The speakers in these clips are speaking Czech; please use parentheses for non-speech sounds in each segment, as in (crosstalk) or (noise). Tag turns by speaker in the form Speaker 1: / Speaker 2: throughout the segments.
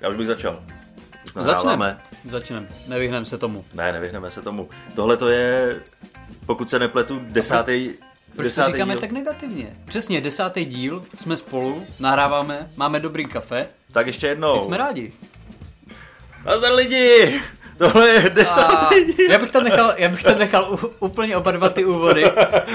Speaker 1: Já už bych začal. Už
Speaker 2: No Začneme. Začneme. Nevyhneme se tomu.
Speaker 1: Ne, nevyhneme se tomu. Tohle to je, pokud se nepletu, desátý...
Speaker 2: Proč to říkáme díl. tak negativně? Přesně, desátý díl, jsme spolu, nahráváme, máme dobrý kafe,
Speaker 1: Tak ještě jednou.
Speaker 2: teď jsme rádi.
Speaker 1: Nazdar lidi! Tohle je
Speaker 2: A
Speaker 1: desátý díl.
Speaker 2: já bych tam nechal, já bych tam nechal u, úplně oba dva ty úvody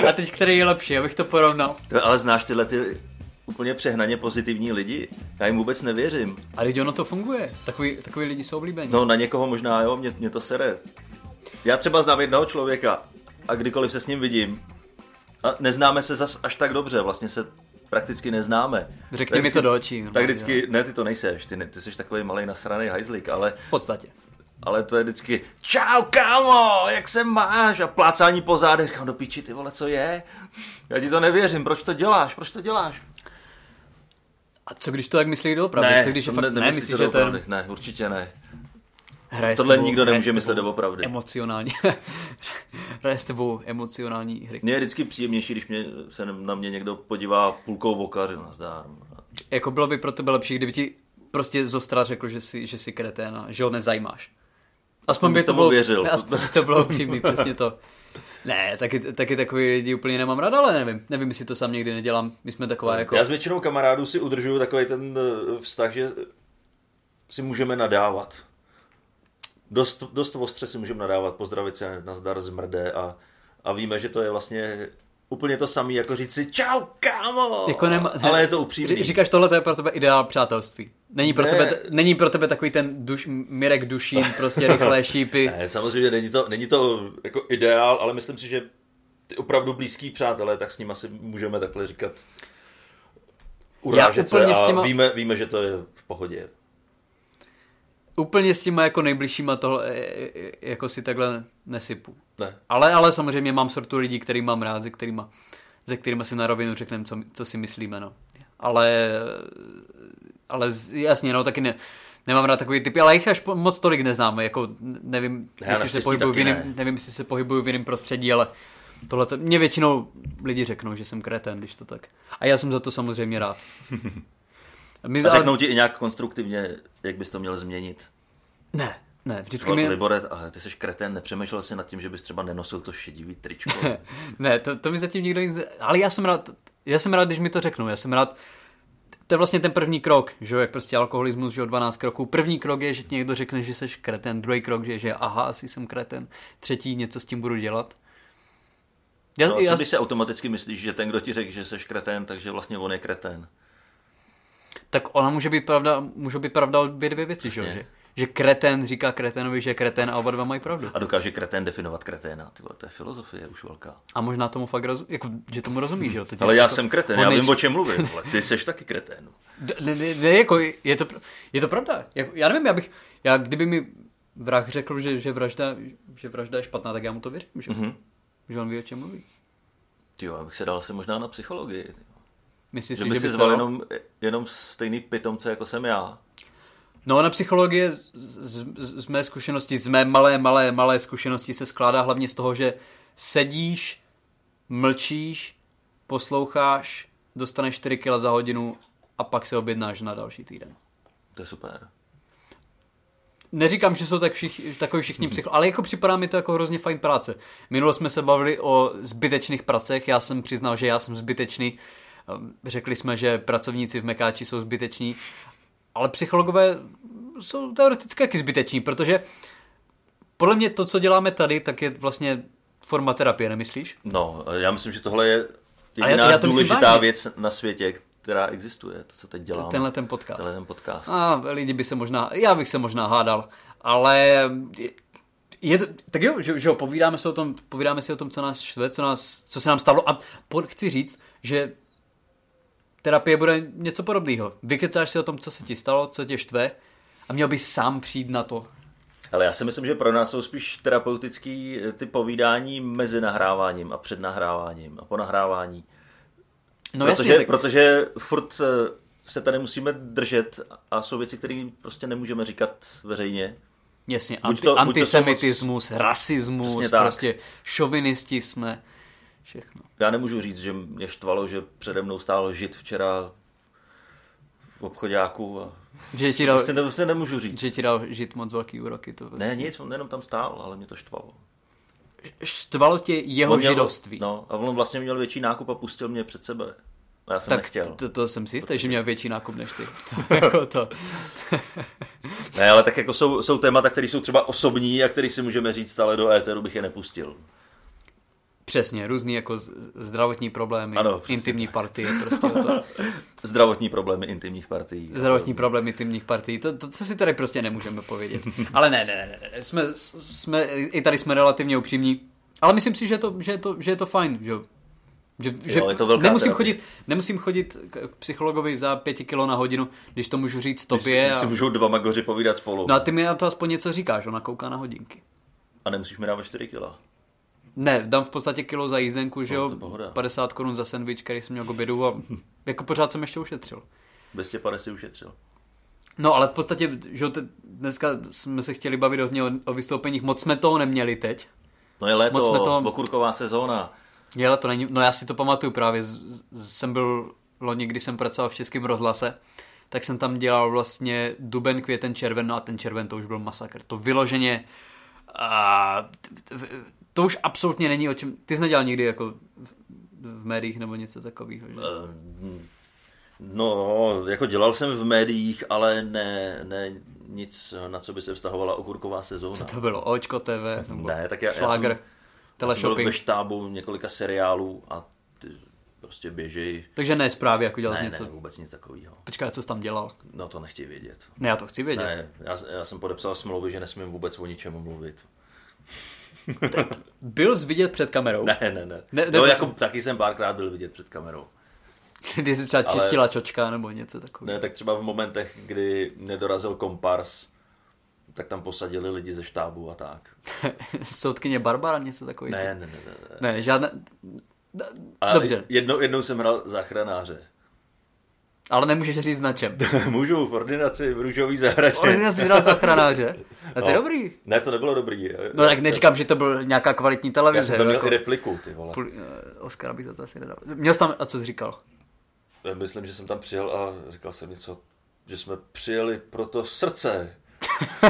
Speaker 2: a teď který je lepší, abych to porovnal.
Speaker 1: To, ale znáš tyhle ty úplně přehnaně pozitivní lidi? Já jim vůbec nevěřím.
Speaker 2: A teď ono to funguje, takový, takový lidi jsou oblíbení.
Speaker 1: No na někoho možná, jo, mě, mě to sere. Já třeba znám jednoho člověka a kdykoliv se s ním vidím, a neznáme se zas až tak dobře, vlastně se prakticky neznáme.
Speaker 2: Řekni
Speaker 1: Tak
Speaker 2: mi to do očí, no,
Speaker 1: Tak
Speaker 2: normálně,
Speaker 1: vždycky, ne, ty to nejseš, ty, ne, ty jsi takový malý nasraný hajzlík, ale,
Speaker 2: V podstatě.
Speaker 1: ale to je vždycky čau kámo, jak se máš? A plácání po zádech, říkám do píči, ty vole, co je? Já ti to nevěřím, proč to děláš, proč to děláš?
Speaker 2: A co když to tak myslí doopravdy? co když je
Speaker 1: to
Speaker 2: fakt, ne,
Speaker 1: nemyslíš
Speaker 2: myslíš,
Speaker 1: to
Speaker 2: že to je
Speaker 1: doopravdy, Ne, určitě ne.
Speaker 2: Hraje s
Speaker 1: Tohle
Speaker 2: tebou-
Speaker 1: nikdo
Speaker 2: hraje
Speaker 1: nemůže
Speaker 2: s
Speaker 1: myslet
Speaker 2: tebou
Speaker 1: doopravdy.
Speaker 2: (laughs) Emocionální. hraje s tebou emocionální hry.
Speaker 1: Mně je vždycky příjemnější, když mě, se na mě někdo podívá půlkou no, voka, říkám, zdár.
Speaker 2: Jako bylo by pro tebe lepší, kdyby ti prostě zostra řekl, že jsi, že jsi kreténa, že ho nezajímáš. Aspoň by
Speaker 1: bych
Speaker 2: to
Speaker 1: tomu
Speaker 2: bylo,
Speaker 1: věřil.
Speaker 2: Ne, aspoň by to bylo upřímný, přesně to. Ne, taky, taky takový lidi úplně nemám rád, ale nevím. Nevím, jestli to sám někdy nedělám. My jsme taková jako...
Speaker 1: Já s většinou kamarádů si udržuju takový ten eh, vztah, že si můžeme nadávat. Dost, dost ostře si můžeme nadávat, pozdravit se, nazdar, zmrde a, a víme, že to je vlastně úplně to samé, jako říct si čau kámo,
Speaker 2: Jako nema,
Speaker 1: ale je to upřímný.
Speaker 2: Ř- Říkáš, tohle to je pro tebe ideál přátelství. Není pro,
Speaker 1: Ne.
Speaker 2: tebe, t- není pro tebe takový ten duš, Mirek Dušín, prostě rychlé šípy.
Speaker 1: (laughs) Ne, samozřejmě není to, není to jako ideál, ale myslím si, že ty opravdu blízký přátelé, tak s ním asi můžeme takhle říkat urážet se
Speaker 2: úplně
Speaker 1: a
Speaker 2: s těma-
Speaker 1: víme, víme, že to je v pohodě.
Speaker 2: Úplně s těma jako nejbližšíma tohle, e, e, e, jako si takhle nesypu.
Speaker 1: Ne.
Speaker 2: Ale, ale samozřejmě mám sortu lidí, který mám rád, se kterýma, se kterýma si na rovinu řekneme, co, co si myslíme, no. Ale, ale z- jasně, no, taky ne, nemám rád takový typy, ale jich až po- moc tolik neznáme, jako n- nevím,
Speaker 1: Já
Speaker 2: jestli se
Speaker 1: naštěstí
Speaker 2: pohybuju v
Speaker 1: taky
Speaker 2: jiným,
Speaker 1: ne.
Speaker 2: nevím, jestli se pohybuju v jiném prostředí, ale tohle mě většinou lidi řeknou, že jsem kretén, když to tak. A já jsem za to
Speaker 1: (laughs)
Speaker 2: samozřejmě rád. My,
Speaker 1: A
Speaker 2: ale-
Speaker 1: řeknou ti i nějak konstruktivně, jak bys to měl změnit.
Speaker 2: ne, ne, vždycky
Speaker 1: Třeba
Speaker 2: mi...
Speaker 1: Libore, ale ty jsi kretén, nepřemýšlel jsi nad tím, že bys třeba nenosil to šedivý
Speaker 2: (laughs)
Speaker 1: tričko. No,
Speaker 2: ne, to, to mi zatím nikdo nic... Ale já jsem rád, já jsem rád, když mi to řeknou. Já jsem rád... To je vlastně ten první krok, že jo, jak prostě alkoholismus, že jo, 12 kroků. První krok je, že ti někdo řekne, že jsi kreten. Druhý krok je, že aha, asi jsem kreten. Třetí, něco s tím budu dělat. Já,
Speaker 1: No, a
Speaker 2: já,
Speaker 1: co ty si automaticky myslíš, že ten, kdo ti řekl, že jsi kretén, takže vlastně on je kretén.
Speaker 2: Tak ona může být pravda, může být pravda obě dvě věci, že jo,
Speaker 1: Přesně.
Speaker 2: že, že kreten říká kretenovi, že je kreten a oba dva mají pravdu.
Speaker 1: A dokáže kretén definovat kreténa. Ty vole, to je filozofie už velká.
Speaker 2: A možná tomu fakt rozumí, jako, že tomu rozumí, že jo. to tě-
Speaker 1: Ale já
Speaker 2: jako-
Speaker 1: jsem kretén,
Speaker 2: on
Speaker 1: já vím,
Speaker 2: nejčí-
Speaker 1: o čem mluvím. vole. Ty jsi taky kretén.
Speaker 2: D- Ne, ne, ne, jako je to, pr- je to pravda. Jako, já nevím, já bych, já kdyby mi vrah řekl, že, že, vražda, že vražda je špatná, tak já mu to věřím, že,
Speaker 1: Mhm.
Speaker 2: mm-hmm. že on ví, o čem mluví.
Speaker 1: Ty jo, abych se dal se možná na psychologii.
Speaker 2: Myslíš
Speaker 1: Že
Speaker 2: si,
Speaker 1: bych
Speaker 2: že
Speaker 1: si
Speaker 2: by
Speaker 1: zval
Speaker 2: to...
Speaker 1: jenom, jenom stejný pitomce, jako jsem já.
Speaker 2: No na psychologie z, z, z mé zkušenosti, z mé malé, malé, malé zkušenosti se skládá hlavně z toho, že sedíš, mlčíš, posloucháš, dostaneš 4 kg za hodinu a pak se objednáš na další týden.
Speaker 1: To je super.
Speaker 2: Neříkám, že jsou tak všich, takový všichni psycho, ale jako připadá mi to jako hrozně fajn práce. Minule jsme se bavili o zbytečných pracech, já jsem přiznal, že já jsem zbytečný. Ehm, Řekli jsme, že pracovníci v Mekáči jsou zbyteční, ale psychologové jsou teoreticky taky zbyteční, protože podle mě to, co děláme tady, tak je vlastně forma terapie, nemyslíš?
Speaker 1: No, já myslím, že tohle je
Speaker 2: já-
Speaker 1: jediná
Speaker 2: já to myslím
Speaker 1: důležitá
Speaker 2: vážně.
Speaker 1: věc na světě, která existuje. To, co teď děláme.
Speaker 2: Tenhle ten podcast.
Speaker 1: Tenhle ten podcast.
Speaker 2: A lidi by se možná, já bych se možná hádal, ale je- je to, tak jo, že, že jo, povídáme, se o tom, povídáme si o tom, co nás štve, co, nás, co se nám stalo a po, chci říct, že terapie bude něco podobného. Vykecáš si o tom, co se ti stalo, co tě štve a měl bys sám přijít na to.
Speaker 1: Ale já si myslím, že pro nás jsou spíš terapeutický eh, ty povídání mezi nahráváním a před nahráváním a po nahrávání.
Speaker 2: No
Speaker 1: protože,
Speaker 2: jasně, tak,
Speaker 1: protože furt eh, se tady musíme držet a jsou věci, které prostě nemůžeme říkat veřejně.
Speaker 2: Jasně,
Speaker 1: Buď
Speaker 2: anti,
Speaker 1: to- buď to jsou
Speaker 2: antisemitismus, rasismus,
Speaker 1: Přesně tak.
Speaker 2: prostě šovinisti jsme, všechno.
Speaker 1: Já nemůžu říct, že mě štvalo, že přede mnou stál žid včera v obchodáku. A...
Speaker 2: Že ti dal,
Speaker 1: Prostě, to prostě nemůžu říct.
Speaker 2: že ti dal žít moc velký úroky. To
Speaker 1: Ne, nic, on jenom tam stál, ale mě to štvalo.
Speaker 2: Štvalo tě jeho
Speaker 1: On měl-
Speaker 2: židovství.
Speaker 1: No, a on vlastně měl větší nákup a pustil mě před sebe. A já jsem tak
Speaker 2: tak
Speaker 1: nechtěl.
Speaker 2: to, to, jsem si jistý, že měl větší nákup než ty. To, jako to.
Speaker 1: Ne, ale tak jako jsou, jsou témata, které jsou třeba osobní a které si můžeme říct, ale do éteru bych je nepustil.
Speaker 2: Přesně, různý jako z- zdravotní problémy,
Speaker 1: Ano, přesně
Speaker 2: intimní partie, prostě to,
Speaker 1: Zdravotní problémy intimních partií.
Speaker 2: zdravotní problémy intimních partií, to, to, to si tady prostě nemůžeme povědět. Ale ne, ne, ne, ne, jsme, jsme, i tady jsme relativně upřímní, ale myslím si, že je to, že je to, že je to fajn, že jo. Že, že
Speaker 1: je to velká
Speaker 2: nemusím,
Speaker 1: terapie.
Speaker 2: chodit, nemusím chodit k k psychologovi za pěti kilo na hodinu, když to můžu říct
Speaker 1: Když si-
Speaker 2: tobě.
Speaker 1: když si
Speaker 2: a...
Speaker 1: můžou dva magoři povídat spolu.
Speaker 2: No a ty mi na to aspoň něco říkáš, ona kouká na hodinky.
Speaker 1: A nemusíš mi dávat 4 kila.
Speaker 2: Ne, dám v podstatě kilo za jízdenku, že
Speaker 1: No,
Speaker 2: jo,
Speaker 1: to je pohoda.
Speaker 2: 50 korun za sendvič, který jsem měl k obědu a jako pořád jsem ještě ušetřil.
Speaker 1: Bez tě 50 si ušetřil.
Speaker 2: No ale v podstatě, že jo, te- dneska jsme se chtěli bavit hodně o, o vystoupeních, moc jsme toho neměli teď.
Speaker 1: No je léto,
Speaker 2: Moc jsme to-
Speaker 1: okurková sezóna.
Speaker 2: Je, ale to není, no já si to pamatuju právě, z, z, jsem byl loni, když jsem pracoval v Českém rozhlase, tak jsem tam dělal vlastně duben, květen, červen, no a ten červen to už byl masakr. To vyloženě, a, t- t- to už absolutně není o čem, ty jsi nedělal nikdy jako v, v médiích nebo něco takového, že?
Speaker 1: Ehm, No, jako dělal jsem v médiích, ale ne, ne nic, na co by se vztahovala okurková sezóna.
Speaker 2: To bylo Očko TV, nebo
Speaker 1: Ne, No. tak já- já
Speaker 2: šlágr,
Speaker 1: jsem- Já jsem byl
Speaker 2: teleshopping.
Speaker 1: ve štábu několika seriálů a ty prostě běžej.
Speaker 2: Takže ne zprávy, jako dělal
Speaker 1: Ne,
Speaker 2: jsi
Speaker 1: ne,
Speaker 2: něco.
Speaker 1: vůbec nic takového.
Speaker 2: Počkej, co jsi tam dělal?
Speaker 1: No to nechtějí vědět.
Speaker 2: Ne, já to chci vědět.
Speaker 1: Ne, já, já jsem podepsal smlouvy, že nesmím vůbec o ničem mluvit.
Speaker 2: Byl jsi vidět před kamerou,
Speaker 1: (laughs)
Speaker 2: (laughs)
Speaker 1: Ne, ne, ne.
Speaker 2: Ne,
Speaker 1: ne
Speaker 2: ne,
Speaker 1: no,
Speaker 2: to
Speaker 1: jako
Speaker 2: jsem-
Speaker 1: taky jsem párkrát byl vidět před kamerou.
Speaker 2: kdy jsi třeba
Speaker 1: Ale-
Speaker 2: čistila čočka nebo něco takového.
Speaker 1: Ne, tak třeba v momentech, kdy nedorazil kompars, tak tam posadili lidi ze štábu a tak.
Speaker 2: (laughs) Soudkyně Barbara, něco takového.
Speaker 1: Ne, ne, ne, ne. ne.
Speaker 2: ne, žádné. D-
Speaker 1: A
Speaker 2: Dobře,
Speaker 1: Jednou, jednou jsem hrál záchranáře. (laughs)
Speaker 2: ale nemůžeš říct na čem.
Speaker 1: Můžu v ordinaci v růžový zahradě.
Speaker 2: Ordinaci dělal záchranáře. A to je
Speaker 1: No.
Speaker 2: dobrý.
Speaker 1: Ne, to nebylo dobrý.
Speaker 2: No tak neříkám, že to byl nějaká kvalitní
Speaker 1: Já jsem
Speaker 2: televize.
Speaker 1: tam měl
Speaker 2: jako-
Speaker 1: i repliku, ty vole.
Speaker 2: Půl- eh, Oscara bych za to asi nedal. Měl jsi tam, a co jsi říkal? (laughs)
Speaker 1: Myslím, že jsem tam přijel a říkal jsem něco, že jsme přijeli pro to srdce.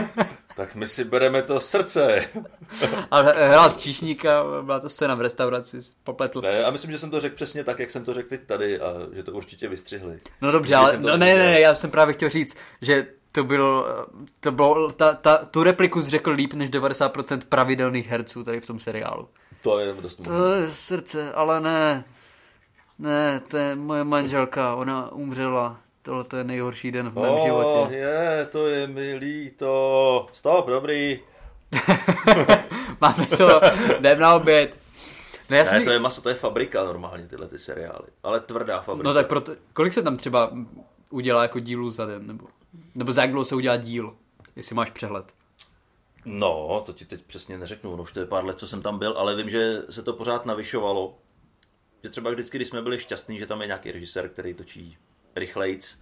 Speaker 2: (laughs)
Speaker 1: tak my si bereme to srdce.
Speaker 2: Ale hrál z Číšníka, byla to scéna v restauraci, jsi popletl.
Speaker 1: Ne, a myslím, že jsem to řekl přesně tak, jak jsem to řekl teď tady a že to určitě vystřihli.
Speaker 2: No dobře,
Speaker 1: Když
Speaker 2: ale
Speaker 1: jsem to
Speaker 2: no, ne, ne,
Speaker 1: viděl.
Speaker 2: ne, já jsem právě chtěl říct, že to bylo, eh, to bylo ta, ta, tu repliku řekl líp než 90% pravidelných herců tady v tom seriálu.
Speaker 1: To je dost možné.
Speaker 2: To je srdce, ale ne, ne, to je moje manželka, ona umřela, tohle to je nejhorší den v mém
Speaker 1: O,
Speaker 2: životě.
Speaker 1: Oh, Je, to je mi líto. Stop, dobrý.
Speaker 2: (laughs) Máme to, jdem na oběd. Ne, já jsem
Speaker 1: Ne,
Speaker 2: mi-
Speaker 1: to je maso, to je fabrika normálně, tyhle ty seriály. Ale tvrdá fabrika.
Speaker 2: No tak proto, kolik se tam třeba udělá jako dílů za den, nebo, nebo za jak dlouho se udělá díl, jestli máš přehled.
Speaker 1: No, to ti teď přesně neřeknu, no už to je pár let, co jsem tam byl, ale vím, že se to pořád navyšovalo. Že třeba vždycky, když jsme byli šťastní, že tam je nějaký režisér, který točí rychlejc,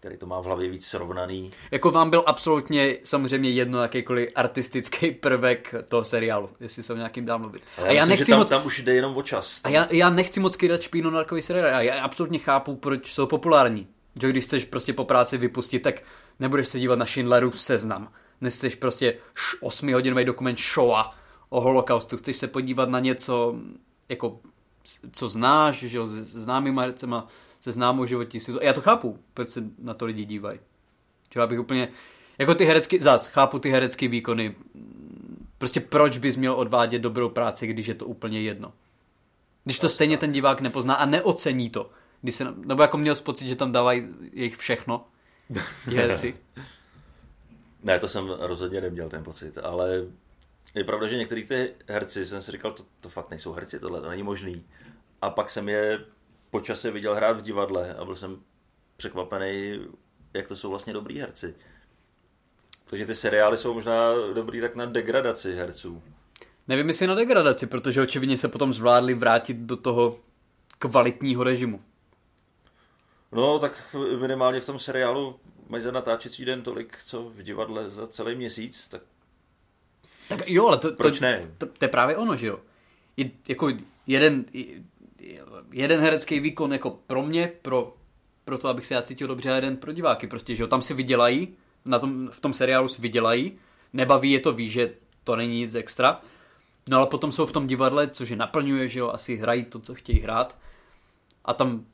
Speaker 1: který to má v hlavě víc srovnaný.
Speaker 2: Jako vám byl absolutně samozřejmě jedno jakýkoliv artistický prvek toho seriálu, jestli se o nějakým dá mluvit. A já
Speaker 1: myslím, že
Speaker 2: nechci
Speaker 1: tam,
Speaker 2: moc...
Speaker 1: tam už jde jenom o čas.
Speaker 2: A já, já nechci moc kydat špínu na takový seriál. Já, já absolutně chápu, proč jsou populární. Že když chceš prostě po práci vypustit, tak nebudeš se dívat na Schindlerův seznam. Nechceš prostě š- osmihodinový dokument Shoah o holokaustu. Chceš se podívat na něco, jako, s- co znáš, že jo, se známýma hercema, se známou životní situací. Já to chápu, proč se na to lidi dívají. Že já bych úplně, jako ty herecky, zás, chápu ty herecké výkony. Prostě proč bys měl odvádět dobrou práci, když je to úplně jedno. Když to stejně ten divák nepozná a neocení to. Když se, nebo jako měl jsi pocit, že tam dávají jejich všechno. Ti herci.
Speaker 1: Ne, to jsem rozhodně neměl ten pocit, ale je pravda, že některý ty herci, jsem si říkal, to, to fakt nejsou herci, tohle to není možný. A pak jsem je po čase viděl hrát v divadle a byl jsem překvapený, jak to jsou vlastně dobrý herci. Takže ty seriály jsou možná dobrý tak na degradaci herců.
Speaker 2: Nevím, jestli na degradaci, protože očividně se potom zvládli vrátit do toho kvalitního režimu.
Speaker 1: No, tak minimálně v tom seriálu mají za natáčecí den tolik, co v divadle za celý měsíc, tak
Speaker 2: Tak jo, ale to, to,
Speaker 1: Proč ne?
Speaker 2: to, to je právě ono, že jo. Je, jako jeden, je- jeden herecký výkon jako pro mě, pro, pro to, abych se já cítil dobře, a jeden pro diváky prostě, že jo. Tam si vydělají, na tom, v tom seriálu si vydělají, nebaví je to, ví, že to není nic extra. No ale potom jsou v tom divadle, což je naplňuje, že jo, asi hrají to, co chtějí hrát. A tam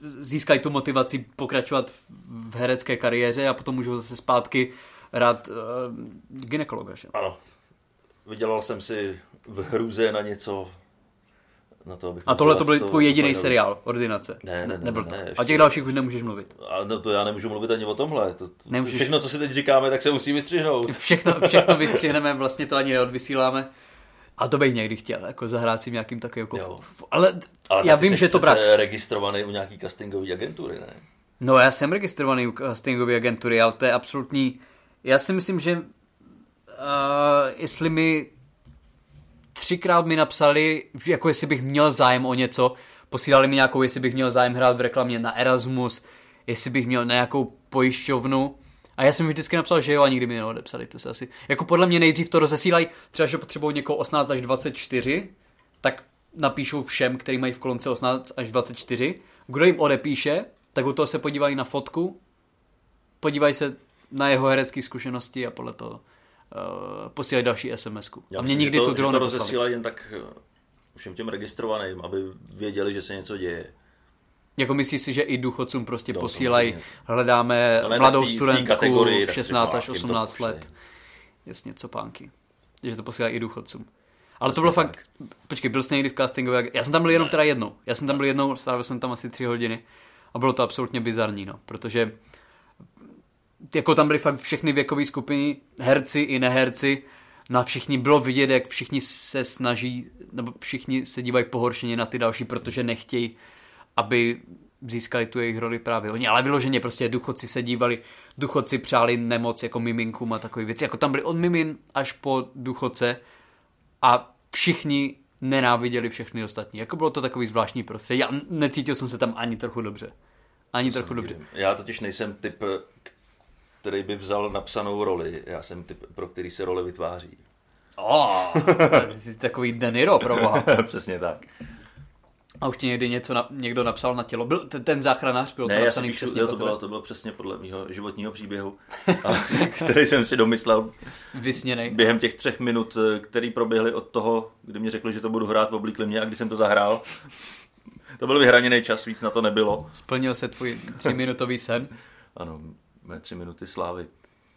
Speaker 2: získají tu motivaci pokračovat v herecké kariéře a potom můžou zase zpátky hrát uh, ginekologa, že jo.
Speaker 1: ano. Vydělal jsem si v hruze na něco, na to, abych...
Speaker 2: A
Speaker 1: mohl
Speaker 2: tohle
Speaker 1: dělat
Speaker 2: to byl tvůj jediný
Speaker 1: fajnou-
Speaker 2: seriál, Ordinace.
Speaker 1: Ne, ne, ne,
Speaker 2: nebyl
Speaker 1: ne,
Speaker 2: to.
Speaker 1: ne,
Speaker 2: A
Speaker 1: ještě
Speaker 2: těch dalších už nemůžeš mluvit.
Speaker 1: A no to já nemůžu mluvit ani o tomhle. To, to,
Speaker 2: Nemůžeš.
Speaker 1: všechno, co si teď říkáme, tak se musí vystřihnout.
Speaker 2: Všechno, všechno vystřihneme, vlastně to ani neodvysíláme. A to bych někdy chtěl, jako zahrát si v nějakým takovým jako...
Speaker 1: Jo.
Speaker 2: f- f- Ale, ale
Speaker 1: tak
Speaker 2: já
Speaker 1: ty
Speaker 2: vím,
Speaker 1: seš
Speaker 2: že to
Speaker 1: přece
Speaker 2: brat.
Speaker 1: registrovaný u nějaký castingové agentury, ne?
Speaker 2: No já jsem registrovaný u castingové agentury, ale to je absolutní... Já si myslím, že uh, jestli mi třikrát mi napsali, že jako jestli bych měl zájem o něco, posílali mi nějakou, jestli bych měl zájem hrát v reklamě na Erasmus, jestli bych měl nějakou pojišťovnu. A já jsem vždycky napsal, že jo, a nikdy mi neodepsali, to se asi. Jako podle mě nejdřív to rozesílají, třeba že potřebují někoho 18 až 24, tak napíšou všem, který mají v kolonce 18 až 24. Kdo jim odepíše, tak u toho se podívají na fotku, podívají se na jeho herecké zkušenosti a podle toho uh, posílají další SMS-ku.
Speaker 1: Já
Speaker 2: A mě
Speaker 1: myslím, že
Speaker 2: nikdy
Speaker 1: to,
Speaker 2: tu
Speaker 1: že
Speaker 2: druhou
Speaker 1: to
Speaker 2: neposlali.
Speaker 1: rozesílají jen tak eh, všem těm registrovaným, aby věděli, že se něco děje.
Speaker 2: Jako myslíš si, že i důchodcům prostě
Speaker 1: No,
Speaker 2: posílají,
Speaker 1: samozřejmě.
Speaker 2: hledáme
Speaker 1: Ale ne
Speaker 2: mladou
Speaker 1: v té- v té
Speaker 2: studentku
Speaker 1: kategorii, tak si
Speaker 2: 16 až
Speaker 1: řeknu, a jim to
Speaker 2: 18 let.
Speaker 1: pošlej.
Speaker 2: Jasně, co pánky. Že to posílají i důchodcům. Ale to bylo fakt, počkej, byl jsi někdy v castingové, ag- já jsem tam byl jenom teda jednou, já jsem tam byl jednou, strávil jsem tam asi tři hodiny a bylo to absolutně bizarní, no, protože jako tam byly fakt všechny věkové skupiny, herci i neherci, na všichni bylo vidět, jak všichni se snaží, nebo všichni se dívají pohoršeně na ty další, protože nechtějí, aby získali tu jejich roli právě oni. Ale vyloženě prostě důchodci se dívali, důchodci přáli nemoc jako miminkům a takové věci. Jako tam byli od mimin až po důchodce a všichni nenáviděli všechny ostatní. Jako bylo to takový zvláštní prostředí. Já necítil jsem se tam ani trochu dobře. Ani to trochu dobře.
Speaker 1: Já totiž nejsem typ, eh, k- který by vzal napsanou roli. Já jsem typ, pro který se role
Speaker 2: (laughs)
Speaker 1: vytváří.
Speaker 2: Oh, ty jsi takový De Niro, proboha.
Speaker 1: Přesně tak.
Speaker 2: A už ti někdy něco na, někdo napsal na tělo. Byl ten, ten záchranář, byl
Speaker 1: Ne, já
Speaker 2: to
Speaker 1: si
Speaker 2: napsaný
Speaker 1: píšu,
Speaker 2: přesně
Speaker 1: jo,
Speaker 2: pro
Speaker 1: to,
Speaker 2: tebe.
Speaker 1: bylo, to bylo přesně podle mého životního
Speaker 2: (laughs)
Speaker 1: příběhu, a- který jsem si domyslel
Speaker 2: Vysněnej.
Speaker 1: během těch třech minut, eh, který proběhly od toho, kdy mi řekli, že to budu hrát, oblíkli mě a když jsem to zahrál. To byl vyhraněný čas, víc na to nebylo.
Speaker 2: Splnil se tvůj tříminutový sen.
Speaker 1: Ano, mé tři minuty slávy.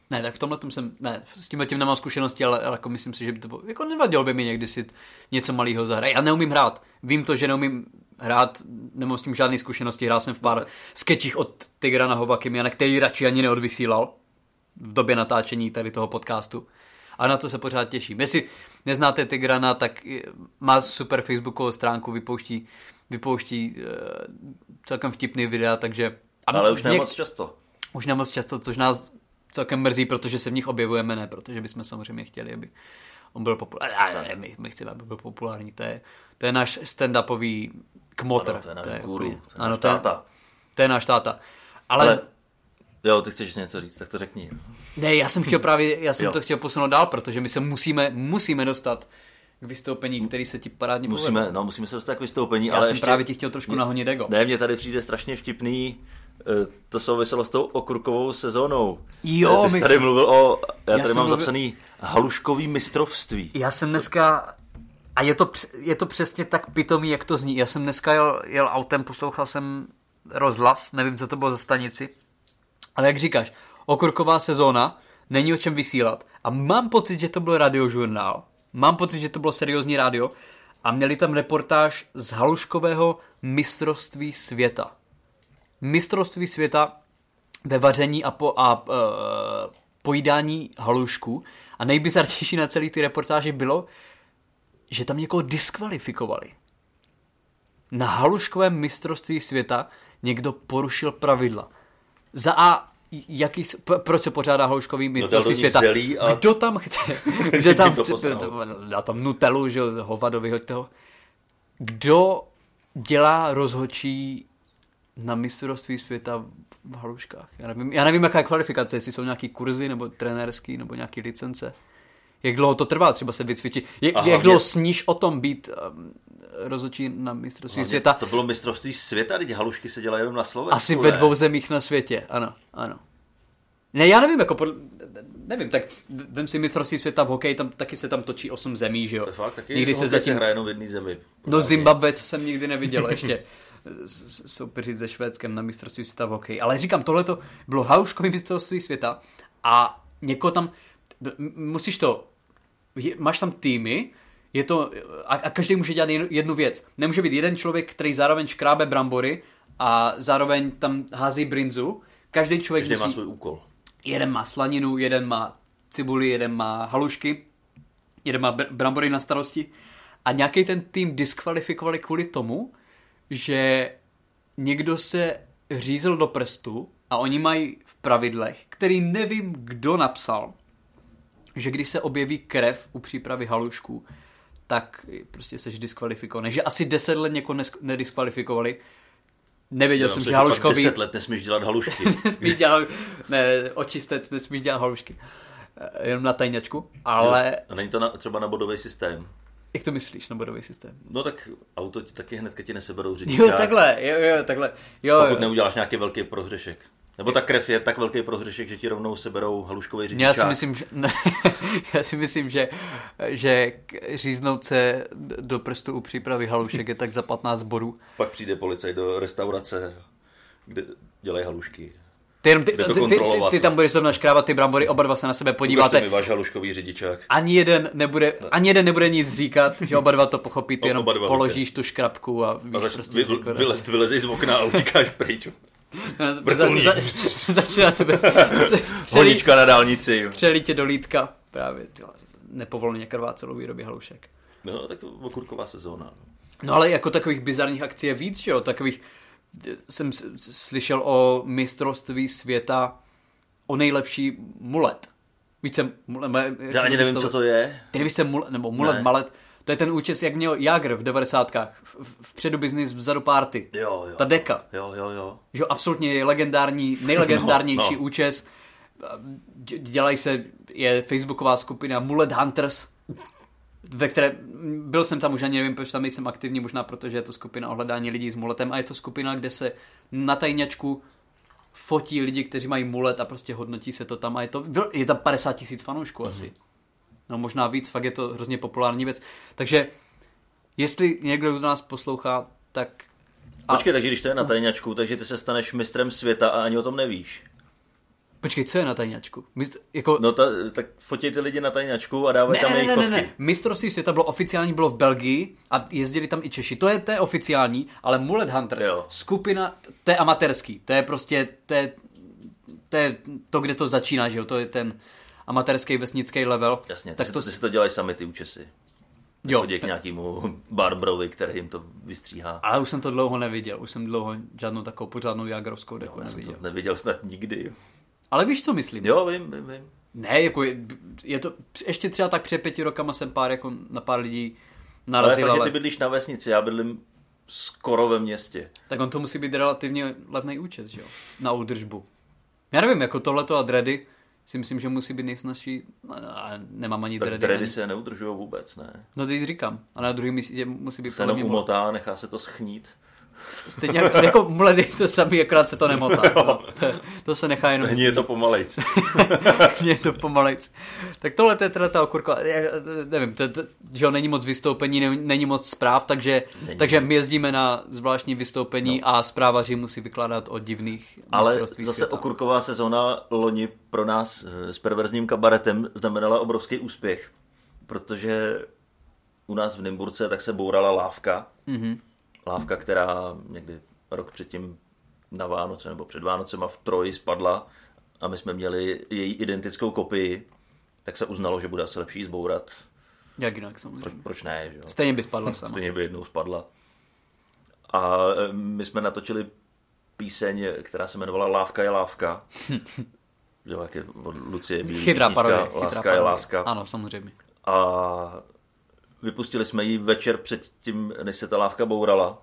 Speaker 2: Ne, tak v tomhle jsem, ne, s tímhle tím nemám zkušenosti, ale, ale jako myslím si, že by to bylo, jako nevadilo by mi někdy si něco malého zahrát. Já neumím hrát, vím to, že neumím hrát, nemám s tím žádné zkušenosti, hrál jsem v pár skečích od Tigrana Hovakimiana, který radši ani neodvysílal v době natáčení tady toho podcastu. A na to se pořád těším. Jestli neznáte Tigrana, tak eh, má super facebookovou stránku, vypouští, vypouští eh, celkem vtipný videa, takže... a
Speaker 1: Ale už
Speaker 2: něk-
Speaker 1: nemoc často.
Speaker 2: už na moc často, což nás celkem mrzí, protože se v nich objevujeme, ne, protože bychom samozřejmě chtěli, aby on byl populární. My, my chceme, aby byl populární, to je, to je náš stand-upový kmotr.
Speaker 1: Ano, to je náš guru,
Speaker 2: úplně-
Speaker 1: to je
Speaker 2: ano,
Speaker 1: náš
Speaker 2: to, je,
Speaker 1: táta.
Speaker 2: to je náš táta. Ale,
Speaker 1: Ale
Speaker 2: Ale
Speaker 1: jo, ty chceš něco říct, tak to řekni.
Speaker 2: ne, já jsem chtěl právě, já jsem
Speaker 1: Jo.
Speaker 2: to chtěl posunout dál, protože my se musíme, musíme dostat k vystoupení, který se ti parádně povedlo.
Speaker 1: Musíme, no, musíme se dostat k vystoupení,
Speaker 2: Já
Speaker 1: ale
Speaker 2: jsem
Speaker 1: ještě...
Speaker 2: právě ti chtěl trošku nahonit ego.
Speaker 1: Ne, mně tady přijde strašně vtipný, eh, to souviselo s tou okrukovou sezónou.
Speaker 2: Jo,
Speaker 1: Eh, Ty jsi
Speaker 2: my-
Speaker 1: tady mluvil o, já,
Speaker 2: Já
Speaker 1: tady
Speaker 2: jsem
Speaker 1: mám
Speaker 2: mluvil-
Speaker 1: zapsaný haluškový mistrovství.
Speaker 2: Já jsem dneska, a je to, př- je to přesně tak pitomý, jak to zní. Já jsem dneska jel, jel autem, poslouchal jsem rozhlas, nevím, co to bylo za stanici. Ale jak říkáš, okurková sezóna, není o čem vysílat. A mám pocit, že to byl radiožurnál. Mám pocit, že to bylo seriózní rádio. A měli tam reportáž z haluškového mistrovství světa. Mistrovství světa ve vaření a, po, a e, pojídání halušku. A nejbizarnější na celý ty reportáži bylo, že tam někoho diskvalifikovali. Na haluškovém mistrovství světa někdo porušil pravidla. Za A, jaký, s- p- proč se pořádá haluškový mistrovství
Speaker 1: No, do nich
Speaker 2: světa?
Speaker 1: zelí a-
Speaker 2: Kdo
Speaker 1: (laughs)
Speaker 2: tam chce? Kdo tam
Speaker 1: Jim to
Speaker 2: chce?
Speaker 1: poslal.
Speaker 2: Dá tam nutelu, že jo, hovadovi, hoď toho. Kdo dělá rozhodčí na mistrovství světa v haluškách. Já nevím, já nevím, jaká je kvalifikace, jestli jsou nějaký kurzy, nebo trenérský, nebo nějaký licence. Jak dlouho to trvá třeba se vycvičit? Jak,
Speaker 1: A
Speaker 2: jak
Speaker 1: hlavně-
Speaker 2: dlouho sníš o tom být um, rozhodčí na mistrovství
Speaker 1: Hlavně
Speaker 2: světa?
Speaker 1: To bylo mistrovství světa, teď halušky se dělají jenom na Slovensku.
Speaker 2: Asi ve
Speaker 1: ne?
Speaker 2: dvou zemích na světě, ano, ano. Ne, já nevím, jako podle, nevím, tak vem si mistrovství světa v hokeji, tam taky se tam točí osm zemí, že jo?
Speaker 1: To je fakt taky
Speaker 2: Nikdy se zatím
Speaker 1: hraje jenom v jedné zemi.
Speaker 2: do Zimbabwe, co jsem
Speaker 1: (laughs)
Speaker 2: nikdy neviděl ještě s- s- soupeřit se Švédskem na mistrovství světa v hokeji. Ale říkám, tohle to bylo hauškový mistrovství světa a někoho tam, b- m- musíš to, je, máš tam týmy, je to, a, a každý může dělat jen- jednu věc. Nemůže být jeden člověk, který zároveň škrábe brambory a zároveň tam hází brinzu. Každý člověk
Speaker 1: Každý
Speaker 2: musí,
Speaker 1: má svůj úkol.
Speaker 2: jeden má slaninu, jeden má cibuli, jeden má halušky, jeden má br- brambory na starosti. A nějaký ten tým diskvalifikovali kvůli tomu, že někdo se řízl do prstu a oni mají v pravidlech, který nevím, kdo napsal, že když se objeví krev u přípravy halušků, tak prostě seš diskvalifikovaný. Že asi 10 let někoho nesk- nediskvalifikovali. Nevěděl jsem,
Speaker 1: Myslím,
Speaker 2: že
Speaker 1: jako pak
Speaker 2: haluškový
Speaker 1: 10 let nesmíš dělat halušky.
Speaker 2: (laughs) nesmíš dělat, ne, očistec, nesmíš dělat halušky. Eh, Jenom na tajňačku. Ale
Speaker 1: A není to na, třeba na bodový systém.
Speaker 2: jak to myslíš na bodový systém?
Speaker 1: No tak auto ti taky hnedka ti neseberou řidičák.
Speaker 2: Jo, takhle, jo, jo, takhle. Jo,
Speaker 1: Pokud
Speaker 2: jo.
Speaker 1: neuděláš nějaký velký prohřešek. Nebo ta krev je tak velký prohřešek, že ti rovnou seberou haluškový řidičák.
Speaker 2: Já si myslím, že, (laughs) ne, já si myslím, že, že k- říznout se do prstu u přípravy halušek je tak za 15 bodů.
Speaker 1: Pak přijde policaj do restaurace, kde dělají halušky.
Speaker 2: Ty, jenom, ty,
Speaker 1: Jde to
Speaker 2: ty, ty, ty,
Speaker 1: kontrolovat,
Speaker 2: ty
Speaker 1: no.
Speaker 2: tam budeš zrovna škrábat ty brambory, oba dva se na sebe
Speaker 1: Ukažte
Speaker 2: podíváte.
Speaker 1: mi váš haluškový řidičák.
Speaker 2: Ani jeden, nebude, ani jeden nebude nic říkat, že oba dva to pochopí, ty
Speaker 1: O-
Speaker 2: jenom
Speaker 1: oba dva,
Speaker 2: položíš tu škrabku a víš
Speaker 1: A zač,
Speaker 2: prostě,
Speaker 1: vy,
Speaker 2: že konec.
Speaker 1: vylez, vylezej z okna a utíkáš
Speaker 2: (laughs)
Speaker 1: pryč.
Speaker 2: za,
Speaker 1: Vrtulník.
Speaker 2: za, začíná
Speaker 1: (laughs)
Speaker 2: to bez... Střelí,
Speaker 1: Honička na dálnici.
Speaker 2: střelí tě do lítka. Právě ty, vole, nepovolně krvá celou výrobě halušek.
Speaker 1: No, tak okurková sezóna. no.
Speaker 2: No ale jako takových bizarních akcí je víc, že jo? Takových jsem s- s- slyšel o mistrovství světa o nejlepší mulet. Víc jsem, mule, mé- jak
Speaker 1: Já
Speaker 2: se
Speaker 1: ani nevím,
Speaker 2: vyslovuje?
Speaker 1: co to je.
Speaker 2: Ty nevíš, co je mulet, nebo mulet,
Speaker 1: Ne.
Speaker 2: malet. To je ten účes, jak měl Jagr v 90. V, v- vpředu biznis, vzadu party.
Speaker 1: Jo, jo.
Speaker 2: Ta deka.
Speaker 1: Jo, jo, jo.
Speaker 2: že jo, absolutně legendární, nejlegendárnější (laughs) no,
Speaker 1: No,
Speaker 2: no.
Speaker 1: no.
Speaker 2: účes. Dě- Dělají se, je facebooková skupina Mullet Hunters, ve které, byl jsem tam už ani nevím, proč tam nejsem aktivní, možná protože je to skupina o hledání lidí s muletem a je to skupina, kde se na tajňačku fotí lidi, kteří mají mulet a prostě hodnotí se to tam a je to, je tam 50 tisíc fanoušků mm-hmm. asi. No možná víc, fakt je to hrozně populární věc. Takže jestli někdo do nás poslouchá, tak A-
Speaker 1: Počkej, takže když to je na tajňačku, takže ty se staneš mistrem světa a ani o tom nevíš.
Speaker 2: počkej, co je na tajňačku? Mist, jako,
Speaker 1: No ta, tak fotí ty lidi na tajňačku a dávají tam
Speaker 2: ne,
Speaker 1: jejich
Speaker 2: ne, ne,
Speaker 1: fotky.
Speaker 2: ne, ne. Mistrovství světa bylo oficiální, bylo v Belgii a jezdili tam i Češi. To je, to je oficiální, ale Mullet Hunters, jo.
Speaker 1: Jo.
Speaker 2: skupina, t- to je amatérský, to je prostě, to je, to je to, kde to začíná, že jo, to je ten amatérský vesnický level.
Speaker 1: Jasně,
Speaker 2: tak to,
Speaker 1: ty si to dělají sami ty účesy.
Speaker 2: jo.
Speaker 1: Chodí k nějakému Barbrovi, který jim to vystříhá.
Speaker 2: Ale už jsem to dlouho neviděl, už jsem dlouho žádnou takovou pořádnou jagrovskou deku
Speaker 1: To
Speaker 2: neviděl.
Speaker 1: neviděl snad nikdy.
Speaker 2: Ale víš, co myslím?
Speaker 1: Jo, vím, vím, vím.
Speaker 2: Ne, jako je, je to, ještě třeba tak před pěti rokama jsem pár, jako na pár lidí
Speaker 1: Ale
Speaker 2: narazil,
Speaker 1: fakt,
Speaker 2: ale,
Speaker 1: že ty bydlíš na vesnici, já bydlím skoro ve městě.
Speaker 2: Tak on to musí být relativně levný účet, že jo? Na údržbu. Já nevím, jako tohleto a dready si myslím, že musí být nejsnažší. A nemám ani
Speaker 1: Tak
Speaker 2: dready.
Speaker 1: dredy
Speaker 2: ani...
Speaker 1: se neudržují vůbec, ne?
Speaker 2: No teď říkám. A na druhém místě musí být
Speaker 1: Se
Speaker 2: podle mě
Speaker 1: jenom
Speaker 2: mul...
Speaker 1: umotá, nechá se to schnít.
Speaker 2: Stejně jako, jako mledy to samý, akorát se
Speaker 1: (laughs)
Speaker 2: to nemotá. No, to, to, se nechá jenom (laughs)
Speaker 1: Hní je to pomalejc.
Speaker 2: Mně je to pomalejc. Tak tohle to je teda ta okurka. Já, eh, nevím, to, to, že jo, není moc vystoupení, ne, není moc zpráv, takže,
Speaker 1: Není
Speaker 2: takže my jezdíme na zvláštní vystoupení no. a zprávaři musí vykládat o divných
Speaker 1: Ale
Speaker 2: mistrovství
Speaker 1: zase
Speaker 2: světa.
Speaker 1: okurková sezóna loni pro nás eh, s perverzním kabaretem znamenala obrovský úspěch, protože u nás v Nymburce tak se bourala lávka.
Speaker 2: Mhm.
Speaker 1: Mm-hmm. Lávka, která někdy rok předtím na Vánoce nebo před Vánocema v Troji spadla a my jsme měli její identickou kopii, tak se uznalo, že bude asi lepší ji zbourat.
Speaker 2: Jak jinak samozřejmě.
Speaker 1: Proč, proč ne? Že jo?
Speaker 2: Stejně by spadla sama.
Speaker 1: stejně by jednou spadla. A eh, my jsme natočili píseň, která se jmenovala Lávka je (laughs) lávka. jo, jak je od Lucie Bílý,
Speaker 2: Chytrá
Speaker 1: písnička
Speaker 2: parodie.
Speaker 1: Láska
Speaker 2: chytrá
Speaker 1: je
Speaker 2: parodie.
Speaker 1: láska.
Speaker 2: Ano, samozřejmě.
Speaker 1: A vypustili jsme ji večer před tím, než se ta lávka bourala.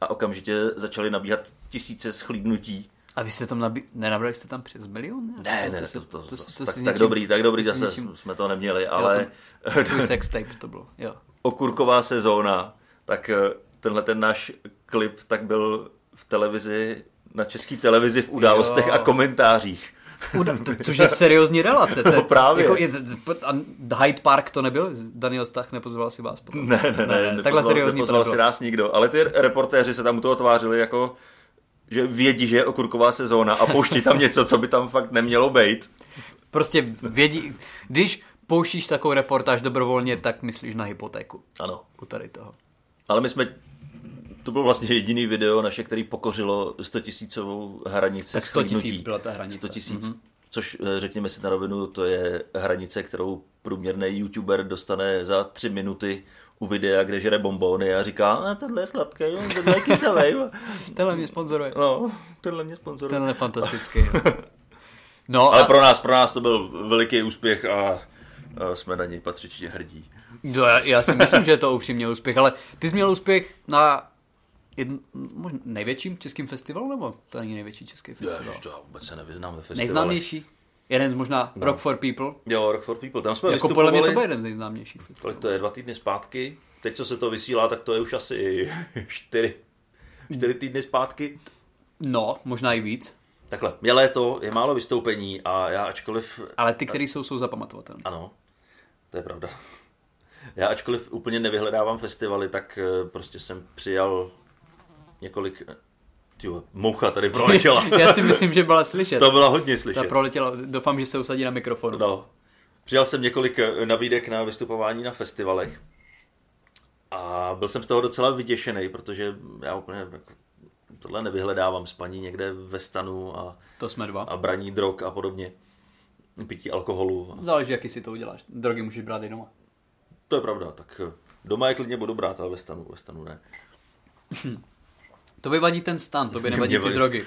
Speaker 1: a okamžitě začaly nabíhat tisíce schlídnutí.
Speaker 2: A vy jste tam nabí... nenabrali jste tam přes milion?
Speaker 1: Ne, ne, to, to, to, to, tak, tak dobrý, tak dobrý, zase něčím... jsme to neměli, ale... (laughs)
Speaker 2: Tvůj sex tape to bylo, jo.
Speaker 1: Okurková sezóna, tak eh, tenhle ten náš klip tak byl v televizi, na české televizi v událostech jo. a komentářích.
Speaker 2: Uda- to, což je seriózní relace. To,
Speaker 1: No (laughs) právě.
Speaker 2: Jako je, a Hyde Park to nebyl? Daniel Stach nepozval si vás potom.
Speaker 1: (laughs) Ne, ne, ne, ne
Speaker 2: takhle seriózní to
Speaker 1: nepozval si
Speaker 2: nebylo.
Speaker 1: nás nikdo, ale ty reportéři se tam u toho tvářili jako, že vědí, že je okurková sezóna a pouští tam něco, co by tam fakt nemělo být.
Speaker 2: Prostě vědí, když pouštíš takovou reportáž dobrovolně, tak myslíš na hypotéku.
Speaker 1: Ano.
Speaker 2: U tady toho.
Speaker 1: Ale my jsme, to bylo vlastně jediný video naše, který pokořilo 100 tisícovou hranici.
Speaker 2: Tak 100 000
Speaker 1: schlídnutí.
Speaker 2: byla ta hranice. Mhm.
Speaker 1: 100 tisíc, mm-hmm. což eh, řekněme si na rovinu, to je hranice, kterou průměrný youtuber dostane za tři minuty u videa, kde žere bombóny a říká, a tenhle je sladký, jo, tenhle je kyselý. jo."
Speaker 2: Tenhle mě sponzoruje.
Speaker 1: (laughs) No, tenhle mě sponzoruje.
Speaker 2: Tenhle je fantastický.
Speaker 1: (laughs)
Speaker 2: jo. No,
Speaker 1: Ale
Speaker 2: ale
Speaker 1: pro nás, pro nás to byl veliký úspěch a, a jsme na něj patřičně hrdí.
Speaker 2: no, já- já si myslím, že je to upřímně úspěch, ale ty jsi měl úspěch na jedn, možná největším českým festivalu, nebo to není největší český festival?
Speaker 1: Ježiš, to já vůbec se nevyznám ve festivalech.
Speaker 2: Nejznámější? Jeden z možná no. Rock for People?
Speaker 1: Jo, Rock for People. Tam jsme
Speaker 2: Jako podle mě to byl jeden z nejznámějších.
Speaker 1: Kolik to je, dva týdny zpátky? Teď, co se to vysílá, tak to je už asi (laughs) čtyři, čtyři týdny zpátky.
Speaker 2: No, možná i víc,
Speaker 1: Takhle, je léto, je málo vystoupení a já ačkoliv...
Speaker 2: ale ty, které jsou, jsou zapamatovatelné.
Speaker 1: Ano, to je pravda. Já ačkoliv úplně nevyhledávám festivaly, tak eh, prostě jsem přijal několik... eh, Tyjo, moucha tady proletěla.
Speaker 2: (laughs) Já si myslím, že byla slyšet.
Speaker 1: to byla hodně
Speaker 2: Ta
Speaker 1: slyšet.
Speaker 2: proletěla, doufám, že se usadí na mikrofonu.
Speaker 1: No. Přijal jsem několik eh, nabídek na vystupování na festivalech a byl jsem z toho docela vyděšený, protože já úplně jako tohle nevyhledávám spaní někde ve stanu a,
Speaker 2: To jsme dva.
Speaker 1: a braní drog a podobně, pití alkoholu.
Speaker 2: Záleží, jaký si to uděláš. Drogy můžeš brát i doma.
Speaker 1: To je pravda, tak eh, doma je klidně budu brát, ale ve stanu, ve stanu ne.
Speaker 2: To by vadí ten stan, to by nevadí
Speaker 1: Mě
Speaker 2: ty
Speaker 1: vadí.
Speaker 2: drogy.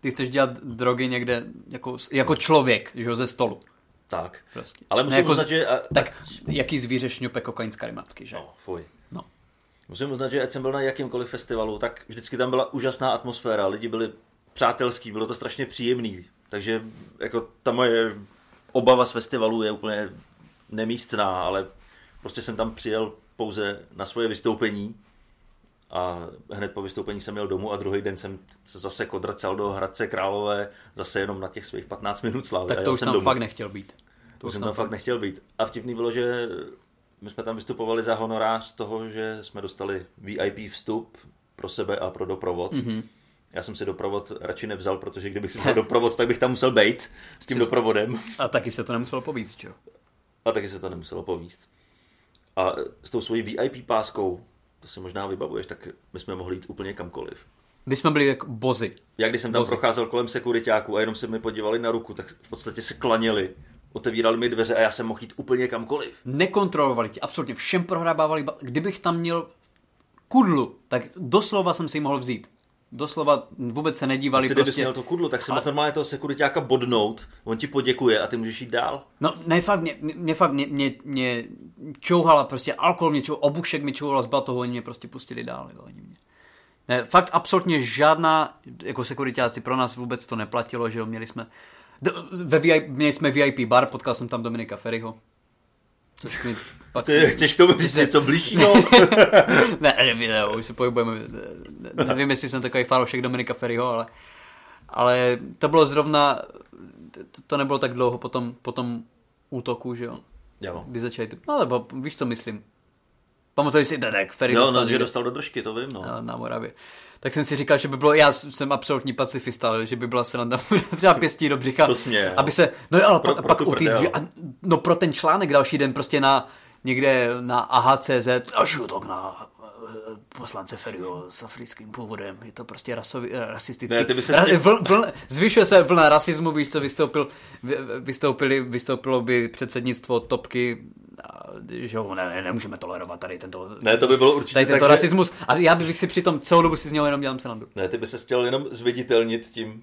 Speaker 2: Ty chceš dělat drogy někde jako, jako člověk, že jo, ze stolu.
Speaker 1: Tak,
Speaker 2: Prostě.
Speaker 1: ale
Speaker 2: Ne,
Speaker 1: musím
Speaker 2: jako
Speaker 1: uznat,
Speaker 2: z-
Speaker 1: že... A,
Speaker 2: Tak jaký zvíře šňupe kokain z karimatky, že?
Speaker 1: No, fuj.
Speaker 2: No.
Speaker 1: Musím uznat, že ať jsem byl na jakýmkoliv festivalu, tak vždycky tam byla úžasná atmosféra, lidi byli přátelský, bylo to strašně příjemný. Takže jako ta moje obava z festivalu je úplně nemístná, ale prostě jsem tam přijel pouze na svoje vystoupení a hned po vystoupení jsem jel domů a druhý den jsem se zase kodracal do Hradce Králové, zase jenom na těch svých 15 minut slávy. a
Speaker 2: Tak to
Speaker 1: jel
Speaker 2: už
Speaker 1: jsem
Speaker 2: tam
Speaker 1: domů.
Speaker 2: fakt nechtěl být.
Speaker 1: To už jsem tam fakt nechtěl být. A vtipný bylo, že my jsme tam vystupovali za honorář z toho, že jsme dostali VIP vstup pro sebe a pro doprovod. Mm-hmm. Já jsem si doprovod radši nevzal, protože kdybych si (laughs) vzal doprovod, tak bych tam musel být s tím doprovodem.
Speaker 2: A taky se to nemuselo povíct, že jo?
Speaker 1: A taky se to nemuselo povíst. A s tou svojí VIP páskou, to si možná vybavuješ, tak my jsme mohli jít úplně kamkoliv.
Speaker 2: My jsme byli jako bozy.
Speaker 1: Já když jsem tam
Speaker 2: Vozy.
Speaker 1: procházel kolem sekuritáků a jenom se mi podívali na ruku, tak v podstatě se klaněli, otevírali mi dveře a já jsem mohl jít úplně kamkoliv.
Speaker 2: Nekontrolovali tě, absolutně všem prohrabávali. ba- Kdybych tam měl kudlu, tak doslova jsem si ji mohl vzít. Doslova vůbec se nedívali
Speaker 1: Ty, kdybys
Speaker 2: prostě.
Speaker 1: měl to kudlo, tak si mohl normálně toho sekuritáka bodnout, on ti poděkuje a ty můžeš jít dál.
Speaker 2: No, ne, fakt, mě, mě- mě fakt, mě, mě, mě čouhala prostě alkohol, mě čouhal, obušek mě čouhala z batohu, oni mě prostě pustili dál, jo, oni mě. Ne, fakt absolutně žádná, jako sekuritáci pro nás vůbec to neplatilo, že jo, měli jsme, d- ve VIP, měli jsme VIP bar, potkal jsem tam Dominika Ferryho, což mi
Speaker 1: (laughs)
Speaker 2: patří.
Speaker 1: Ty chceš k tomu říct něco blížšího?
Speaker 2: No. ne, nevím, ne, už se pohybujeme, ne- nevím, jestli jsem takový fanoušek Dominika Ferryho, ale, ale to bylo zrovna, to, to nebylo tak dlouho po tom, po tom útoku, že jo.
Speaker 1: (laughs) jo.
Speaker 2: Kdy začali tu... No, nebo víš, co myslím. Pamatuješ si, teda, jak Ferry
Speaker 1: Jo,
Speaker 2: dostal
Speaker 1: no, že
Speaker 2: někde
Speaker 1: dostal do držky, to vím, no.
Speaker 2: na- na Moravě. Tak jsem si říkal, že by bylo, já jsem absolutní pacifista, ale že by byla sranda (laughs) třeba pěstí do břicha.
Speaker 1: To směje.
Speaker 2: Aby se, no jo, ale
Speaker 1: Pro-
Speaker 2: pro,
Speaker 1: pro
Speaker 2: pak
Speaker 1: tu
Speaker 2: pro utíct,
Speaker 1: prdel.
Speaker 2: že- a, no pro ten článek další den prostě na někde na AHCZ, až útok na eh, poslance Ferryho s africkým původem. Je to prostě rasový, eh, rasistický.
Speaker 1: Ne, ty by se
Speaker 2: Ra-
Speaker 1: s tím-
Speaker 2: vl, vl, zvyšuje se vlna rasismu, víš co, vystoupil, vy- vystoupili, vystoupilo by předsednictvo topky, a, že jo, ne, nemůžeme tolerovat tady tento
Speaker 1: Ne, to by bylo určitě
Speaker 2: tady tento
Speaker 1: tak, že-
Speaker 2: rasismus. A já bych si přitom celou dobu si z něho jenom dělám srandu.
Speaker 1: Ne, ty by se chtěl jenom zviditelnit tím,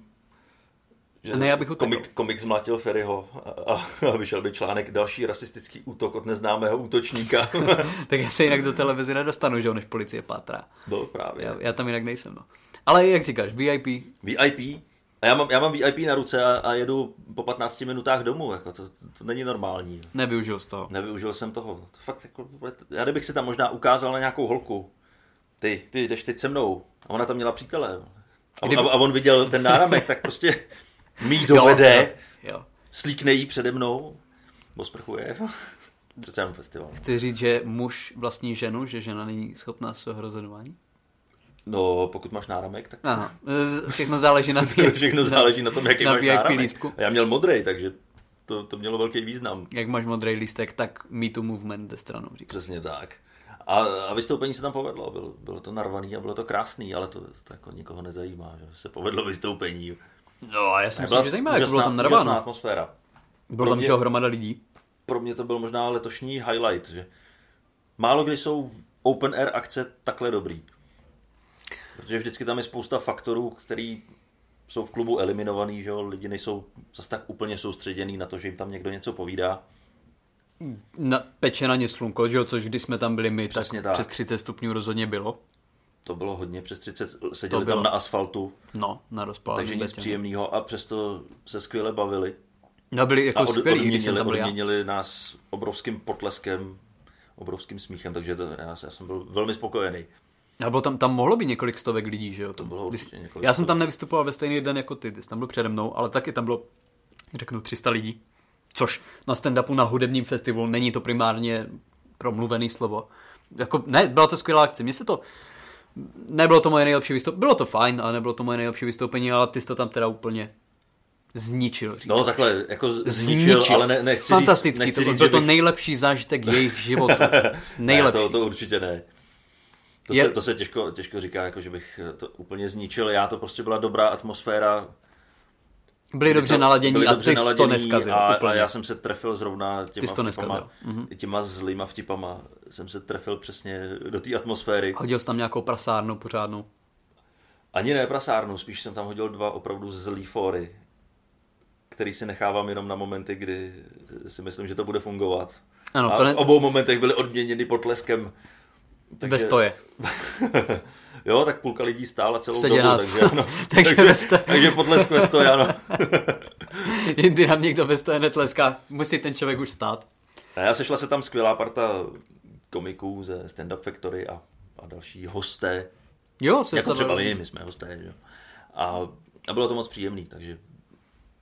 Speaker 2: Ne, já bych utekl.
Speaker 1: komik, komik zmlátil Ferryho a, a, a vyšel by článek další rasistický útok od neznámého
Speaker 2: (laughs)
Speaker 1: útočníka.
Speaker 2: (laughs) Tak já se jinak do televize nedostanu, že jo, než policie pátrá.
Speaker 1: Byl No, právě.
Speaker 2: Já, já tam jinak nejsem, no. Ale jak říkáš, VIP,
Speaker 1: VIP. A já mám, já mám VIP na ruce a, a jedu po 15 minutách domů. Jako to, to není normální. no.
Speaker 2: nevyužil z toho.
Speaker 1: Nevyužil jsem toho. To fakt jako, já kdybych si tam možná ukázal na nějakou holku. Ty, ty jdeš teď se mnou. A ona tam měla přítele. A,
Speaker 2: Kdyby-
Speaker 1: a, a on viděl ten náramek, tak prostě mý dovede,
Speaker 2: Jo, jo.
Speaker 1: slíkne jí přede mnou, osprchuje. (laughs) Přece jenom festival.
Speaker 2: Chci říct, že muž vlastní ženu, že žena není schopná svého rozhodování?
Speaker 1: No, pokud máš náramek,
Speaker 2: (laughs)
Speaker 1: tak
Speaker 2: Aha, z- všechno
Speaker 1: (laughs)
Speaker 2: záleží na tý,
Speaker 1: všechno záleží na tom, jaký
Speaker 2: na
Speaker 1: máš
Speaker 2: VIP
Speaker 1: náramek.
Speaker 2: lístku.
Speaker 1: A já měl modrý, takže to, to mělo velký význam.
Speaker 2: Jak máš modrý lístek, tak me too movement jde stranou, říkám.
Speaker 1: Přesně tak. A, a vystoupení se tam povedlo, bylo, bylo to narvaný a bylo to krásný, ale to, to jako nikoho nezajímá, že se povedlo vystoupení.
Speaker 2: No, a já si myslím, že zajímá, jak to bylo
Speaker 1: úžasná-
Speaker 2: tam
Speaker 1: úžasná
Speaker 2: narváno.
Speaker 1: atmosféra.
Speaker 2: Bylo tam, že jo, hromada lidí.
Speaker 1: Pro mě to byl možná letošní highlight, že málo kdy jsou open air akce takhle dobrý. Protože vždycky tam je spousta faktorů, který jsou v klubu eliminovaný, že jo? lidi nejsou zase tak úplně soustředěný na to, že jim tam někdo něco povídá.
Speaker 2: Na, peče na ně slunko, že jo, což když jsme tam byli my, tak,
Speaker 1: Přesně tak.
Speaker 2: přes 30 stupňů rozhodně bylo.
Speaker 1: To bylo hodně, přes 30 seděli
Speaker 2: bylo.
Speaker 1: tam na asfaltu,
Speaker 2: No, na rozpáleném
Speaker 1: takže nic
Speaker 2: betě.
Speaker 1: příjemného a přesto se skvěle bavili.
Speaker 2: No byli jako
Speaker 1: A od,
Speaker 2: skvělí, když
Speaker 1: odměnili,
Speaker 2: jsem tam byl já.
Speaker 1: odměnili nás obrovským potleskem, obrovským smíchem, takže to, já, já jsem byl velmi spokojený.
Speaker 2: A bylo tam, tam mohlo být několik stovek lidí, že jo? To
Speaker 1: bylo určitě několik
Speaker 2: Já jsem tam nevystupoval ve stejný den jako ty, ty jsi tam byl přede mnou, ale taky tam bylo, řeknu, 300 lidí. Což na stand-upu na hudebním festivalu není to primárně promluvený slovo. Jako, ne, byla to skvělá akce. Mně se to, nebylo to moje nejlepší vystoupení, bylo to fajn, ale nebylo to moje nejlepší vystoupení, ale ty jsi to tam teda úplně zničil. Říkám.
Speaker 1: No takhle, jako z- zničil, zničil. ale ne, nechci
Speaker 2: Fantastický,
Speaker 1: říct, nechci
Speaker 2: to,
Speaker 1: říct,
Speaker 2: byl
Speaker 1: že
Speaker 2: to
Speaker 1: bych-
Speaker 2: nejlepší zážitek
Speaker 1: (laughs)
Speaker 2: jejich života. Nejlepší.
Speaker 1: Ne, to, to určitě ne. To,
Speaker 2: Je-
Speaker 1: se, to se těžko, těžko říká, jako, že bych to úplně zničil. Já to prostě byla dobrá atmosféra.
Speaker 2: Byli dobře
Speaker 1: To-
Speaker 2: naladění
Speaker 1: byli
Speaker 2: a
Speaker 1: dobře
Speaker 2: ty jsi to
Speaker 1: naladění
Speaker 2: neskazil.
Speaker 1: A,
Speaker 2: úplně.
Speaker 1: a já jsem se trefil zrovna těma,
Speaker 2: jsi
Speaker 1: vtipama,
Speaker 2: to neskazil. Mhm.
Speaker 1: těma zlýma vtipama. Jsem se trefil přesně do té atmosféry.
Speaker 2: Hodil jsi tam nějakou prasárnu pořádnou.
Speaker 1: Ani ne prasárnu, spíš jsem tam hodil dva opravdu zlý fóry, který si nechávám jenom na momenty, kdy si myslím, že to bude fungovat.
Speaker 2: Ano,
Speaker 1: a
Speaker 2: to ne-
Speaker 1: v obou momentech byly odměněny potleskem.
Speaker 2: Takže... Bez toje.
Speaker 1: (laughs) jo, tak půlka lidí stála celou
Speaker 2: Seděná
Speaker 1: dobu,
Speaker 2: z-
Speaker 1: takže, ano,
Speaker 2: (laughs) Takže bez
Speaker 1: takže,
Speaker 2: toje.
Speaker 1: takže potlesk ve stoje, ano.
Speaker 2: (laughs) Jindy nám někdo bez toje netleská. Musí ten člověk už stát.
Speaker 1: A já sešla se tam skvělá parta komiků ze Stand Up Factory a, a další hosté.
Speaker 2: Jo, se
Speaker 1: Jako třeba my, my jsme hosté, že? jo. A, a bylo to moc příjemný, takže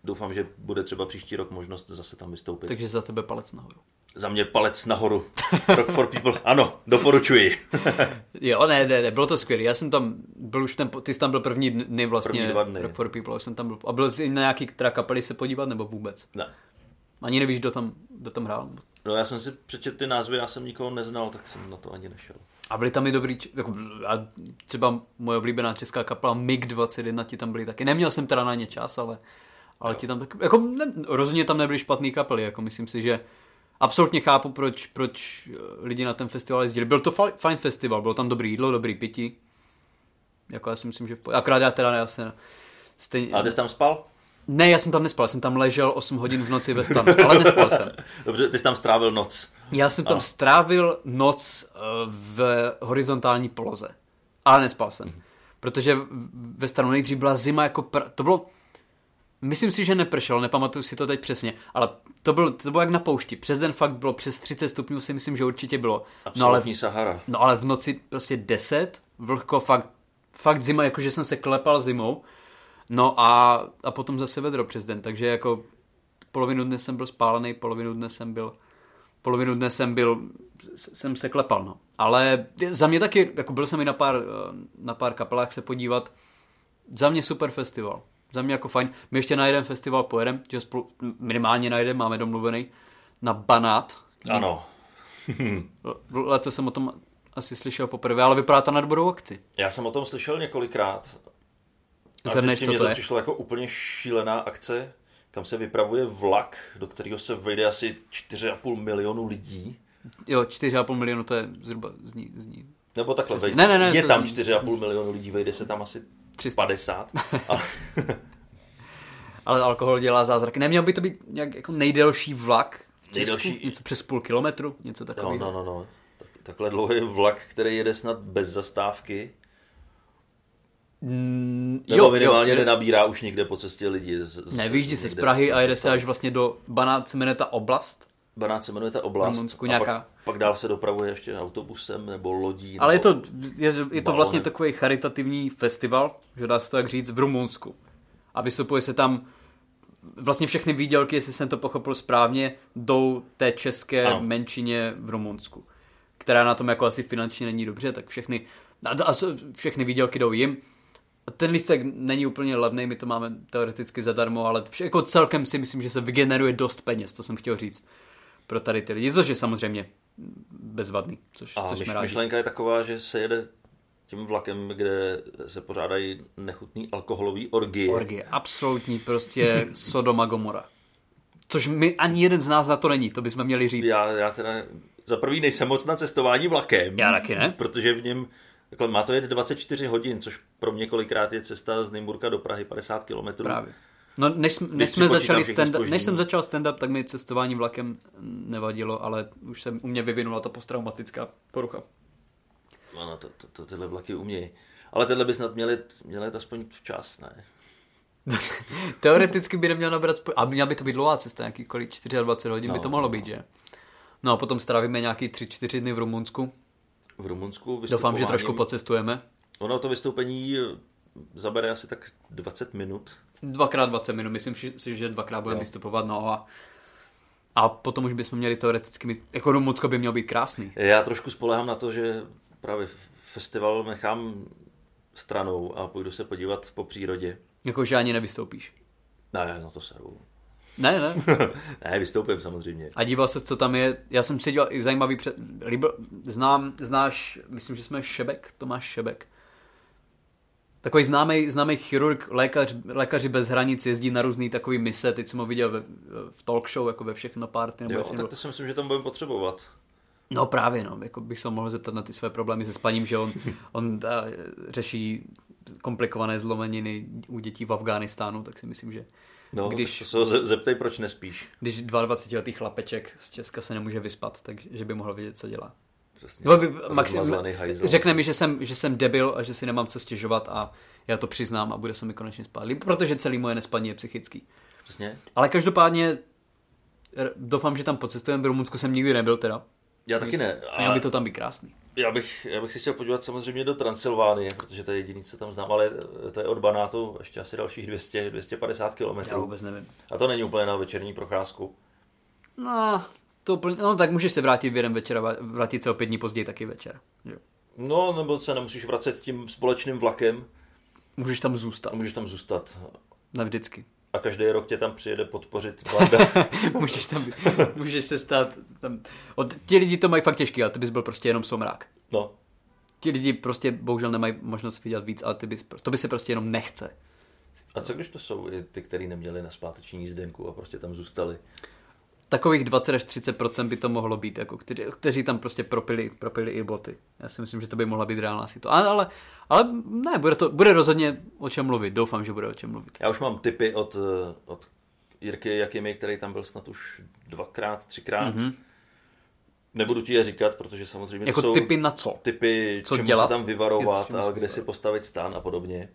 Speaker 1: doufám, že bude třeba příští rok možnost zase tam vystoupit.
Speaker 2: Takže za tebe palec nahoru.
Speaker 1: Za mě palec nahoru. (laughs) Rock for people, ano,
Speaker 2: (laughs)
Speaker 1: doporučuji.
Speaker 2: Jo, ne, ne, ne, bylo to skvělé. Já jsem tam byl už ten, po- ty jsi tam byl první dny vlastně.
Speaker 1: První dva dny.
Speaker 2: Rock for People, já jsem tam byl. A byl jsi na nějaký která kapely se podívat nebo vůbec?
Speaker 1: Ne.
Speaker 2: Ani nevíš, kdo tam, kdo tam hrál.
Speaker 1: No já jsem si přečetl ty názvy, já jsem nikoho neznal, tak jsem na to ani nešel.
Speaker 2: A byli tam i dobrý, č- jako, a třeba moje oblíbená česká kapela MiG-21 ti tam byli taky. Neměl jsem teda na ně čas, ale, ale ti tam taky, jako ne, rozhodně tam nebyly špatný kapely, jako myslím si, že absolutně chápu, proč, proč eh, lidi na ten festival jezdili. Byl to fa- fajn festival, bylo tam dobrý jídlo, dobrý pití. Jako já si myslím, že v po... Akorát já teda já se stejně...
Speaker 1: A ty jsi tam spal?
Speaker 2: Ne, já jsem tam nespal, já jsem tam ležel 8 hodin v noci ve stanu, ale nespal jsem.
Speaker 1: Dobře, ty jsi tam strávil noc.
Speaker 2: Já jsem tam strávil noc eh, v horizontální poloze, ale nespal jsem. Protože v- ve stanu nejdřív byla zima jako... Pr... To bylo... Myslím si, že nepršelo, nepamatuju si to teď přesně, ale to bylo, to bylo jak na poušti. Přes den fakt bylo přes 30 stupňů, si myslím, že určitě bylo. No ale,
Speaker 1: Absolutní no, Sahara.
Speaker 2: no ale v noci prostě 10, vlhko, fakt, fakt zima, jakože jsem se klepal zimou. No a, a potom zase vedro přes den, takže jako polovinu dne jsem byl spálený, polovinu dne jsem byl polovinu dne jsem byl, s- jsem se klepal, no. Ale za mě taky, jako byl jsem i na pár, eh, na pár kapelách se podívat, za mě super festival. Za mě jako fajn. My ještě na jeden festival pojedeme, že spolu, minimálně na jeden máme domluvený, na Banát.
Speaker 1: Ano.
Speaker 2: L- Letos jsem o tom asi slyšel poprvé, ale vypadá to na dobrou akci.
Speaker 1: Já jsem o tom slyšel několikrát. A
Speaker 2: Zhrneš,
Speaker 1: vždycky
Speaker 2: co
Speaker 1: mě
Speaker 2: to
Speaker 1: to
Speaker 2: je?
Speaker 1: přišlo jako úplně šílená akce, kam se vypravuje vlak, do kterého se vejde asi 4,5 milionu lidí.
Speaker 2: Jo, 4,5 milionu, to je zhruba zní, zní.
Speaker 1: Nebo takhle,
Speaker 2: Přesně.
Speaker 1: vejde,
Speaker 2: Ne, ne, ne,
Speaker 1: je
Speaker 2: to
Speaker 1: tam
Speaker 2: zní- (laughs)
Speaker 1: 4,5 milionu lidí, vejde se tam asi
Speaker 2: 300.
Speaker 1: 50. A,
Speaker 2: ale alkohol dělá zázraky. Neměl by to být nějak jako nejdelší vlak v Česku?
Speaker 1: Nejdelší-
Speaker 2: Něco přes půl kilometru, něco
Speaker 1: No,
Speaker 2: takového.
Speaker 1: no, no, no. Tak, takhle dlouhý vlak, který jede snad bez zastávky,
Speaker 2: Mm,
Speaker 1: nebo jo, minimálně jo,
Speaker 2: jede-
Speaker 1: nenabírá už někde po cestě lidi. Z- z-
Speaker 2: Nevyjíždí se z
Speaker 1: někde
Speaker 2: Prahy
Speaker 1: prostě
Speaker 2: a jede se
Speaker 1: přestane.
Speaker 2: až vlastně do Banácmeneta oblast,
Speaker 1: Banát se jmenuje ta oblast.
Speaker 2: Rumunsku
Speaker 1: a
Speaker 2: nějaká-
Speaker 1: Pak, pak, dál se dopravuje ještě autobusem nebo lodí.
Speaker 2: ale je
Speaker 1: nebo...
Speaker 2: to, je, je to vlastně
Speaker 1: balonem.
Speaker 2: takový charitativní festival, že dá se to tak říct, v Rumunsku. A vystupuje se tam vlastně všechny výdělky, jestli jsem to pochopil správně, jdou té české
Speaker 1: Ano.
Speaker 2: menšině v Rumunsku, která na tom jako asi finančně není dobře, tak všechny, a- a s- všechny výdělky jdou jim. A Ten lístek není úplně levný, my to máme teoreticky zadarmo, ale vše, jako celkem si myslím, že se vygeneruje dost peněz, to jsem chtěl říct, pro tady ty lidi, což je samozřejmě bezvadný, což,
Speaker 1: A
Speaker 2: což
Speaker 1: myš,
Speaker 2: jsme rádi.
Speaker 1: myšlenka je taková, že se jede tím vlakem, kde se pořádají nechutný alkoholový orgie.
Speaker 2: Orgie, absolutní prostě (laughs) Sodoma Gomora. Což my ani jeden z nás na to není, to bychom měli říct.
Speaker 1: Já, já teda za prvý nejsem moc na cestování vlakem.
Speaker 2: Já taky ne.
Speaker 1: Protože v něm takhle má to jet 24 hodin, což pro mě kolikrát je cesta z Nymburka do Prahy 50 kilometrů.
Speaker 2: Právě. No, než, jsme- než,
Speaker 1: ti
Speaker 2: jsme
Speaker 1: počítám
Speaker 2: začali
Speaker 1: všechny
Speaker 2: stand než
Speaker 1: zpoždění.
Speaker 2: jsem začal stand-up, tak mi cestování vlakem nevadilo, ale už se u mě vyvinula ta posttraumatická porucha.
Speaker 1: Ano, No, to, to, to tyhle vlaky umějí. Ale tenhle by snad měl jet, měl jet aspoň včas, ne?
Speaker 2: Teoreticky by neměl nabrat, spo... a měla by to být dlouhá cesta, nějaký kolik 24 hodin no, by to mohlo být, že? No a potom strávíme nějaký 3-4 dny v Rumunsku.
Speaker 1: V Rumunsku
Speaker 2: Doufám, že
Speaker 1: vystupováním-
Speaker 2: trošku pocestujeme.
Speaker 1: Ono to vystoupení eh, zabere asi tak 20 minut.
Speaker 2: Dvakrát 20 minut, myslím že- si, že dvakrát budeme vystupovat, no a, a potom už bychom měli teoreticky mít, jako Rumunsko by mělo být krásný.
Speaker 1: Já trošku spolehám na to, že právě festival nechám stranou a půjdu se podívat po přírodě.
Speaker 2: Jako, že ani nevystoupíš.
Speaker 1: Ne, no to seru.
Speaker 2: Ne, ne.
Speaker 1: (laughs) ne, vystoupím samozřejmě.
Speaker 2: A díval se, co tam je. Já jsem si dělal i zajímavý před... Líbil... Znám, znáš, myslím, že jsme Šebek, Tomáš Šebek. Takový známý, známý chirurg, lékař, lékaři bez hranic jezdí na různý takový mise, teď jsem ho viděl ve, v talk show, jako ve všechno party. Nebo
Speaker 1: Jo,
Speaker 2: jestli
Speaker 1: tak to si myslím, že tam budeme potřebovat.
Speaker 2: No právě, no, jako bych se ho mohl zeptat na ty své problémy se
Speaker 1: (laughs)
Speaker 2: spaním, že on, on a, řeší komplikované zlomeniny u dětí v Afghánistánu, tak si myslím, že
Speaker 1: No,
Speaker 2: Když-
Speaker 1: Když... tak to se ho ze- zeptej, proč nespíš.
Speaker 2: když 22-letý chlapeček z Česka se nemůže vyspat, takže by mohl vědět, co dělá.
Speaker 1: Přesně.
Speaker 2: Nebo by, maxim,
Speaker 1: Rozmazlený hajzl.
Speaker 2: řekne mi, že jsem, že jsem debil a že si nemám co stěžovat a já to přiznám a bude se mi konečně spát. Líp, Protože celý moje nespaní je psychický.
Speaker 1: Přesně.
Speaker 2: Ale každopádně r- doufám, že tam pocestujeme. V Rumunsku jsem nikdy nebyl teda.
Speaker 1: Já taky ne.
Speaker 2: A... Měl by to tam být krásný.
Speaker 1: Já bych, já bych se chtěl podívat samozřejmě do Transylvánie, protože to je jediný, co tam znám, ale to je od Banátu ještě asi dalších 200, 250
Speaker 2: Já
Speaker 1: kilometrů.
Speaker 2: vůbec nevím.
Speaker 1: A to není úplně na večerní procházku.
Speaker 2: No, to úplně, no tak můžeš se vrátit v jeden večer a va- vrátit se o pět dní později taky večer. Jo.
Speaker 1: No, nebo se nemusíš vracet tím společným vlakem
Speaker 2: Můžeš tam zůstat,
Speaker 1: a můžeš tam zůstat.
Speaker 2: navždycky.
Speaker 1: A každý rok tě tam přijede podpořit vláda.
Speaker 2: (laughs) můžeš tam být, můžeš se stát tam. Od, ti lidi to mají fakt těžký, ale ty bys byl prostě jenom somrák.
Speaker 1: No,
Speaker 2: Ti lidi prostě bohužel nemají možnost vydělat víc, ale ty bys, to by se prostě jenom nechce.
Speaker 1: a co když to jsou i ty, kteří neměli na zpáteční jízdenku a prostě tam zůstali?
Speaker 2: Takových 20 až 30 by to mohlo být, jako kteří, kteří tam prostě propili, propili i boty. Já si myslím, že to by mohla být reálná situace. Ale, ale, ale ne, bude, to, bude rozhodně o čem mluvit. Doufám, že bude o čem mluvit.
Speaker 1: Já už mám tipy od, eh, od Jirky Jakimy, který tam byl snad už dvakrát, třikrát. Mm-hmm. Nebudu ti je říkat, protože samozřejmě
Speaker 2: Mhm. Jako
Speaker 1: to jsou
Speaker 2: typy na co?
Speaker 1: typy,
Speaker 2: co
Speaker 1: čemu
Speaker 2: dělat,
Speaker 1: se tam
Speaker 2: je,
Speaker 1: vyvarovat
Speaker 2: čemu
Speaker 1: a
Speaker 2: se
Speaker 1: kde si postavit stán a podobně.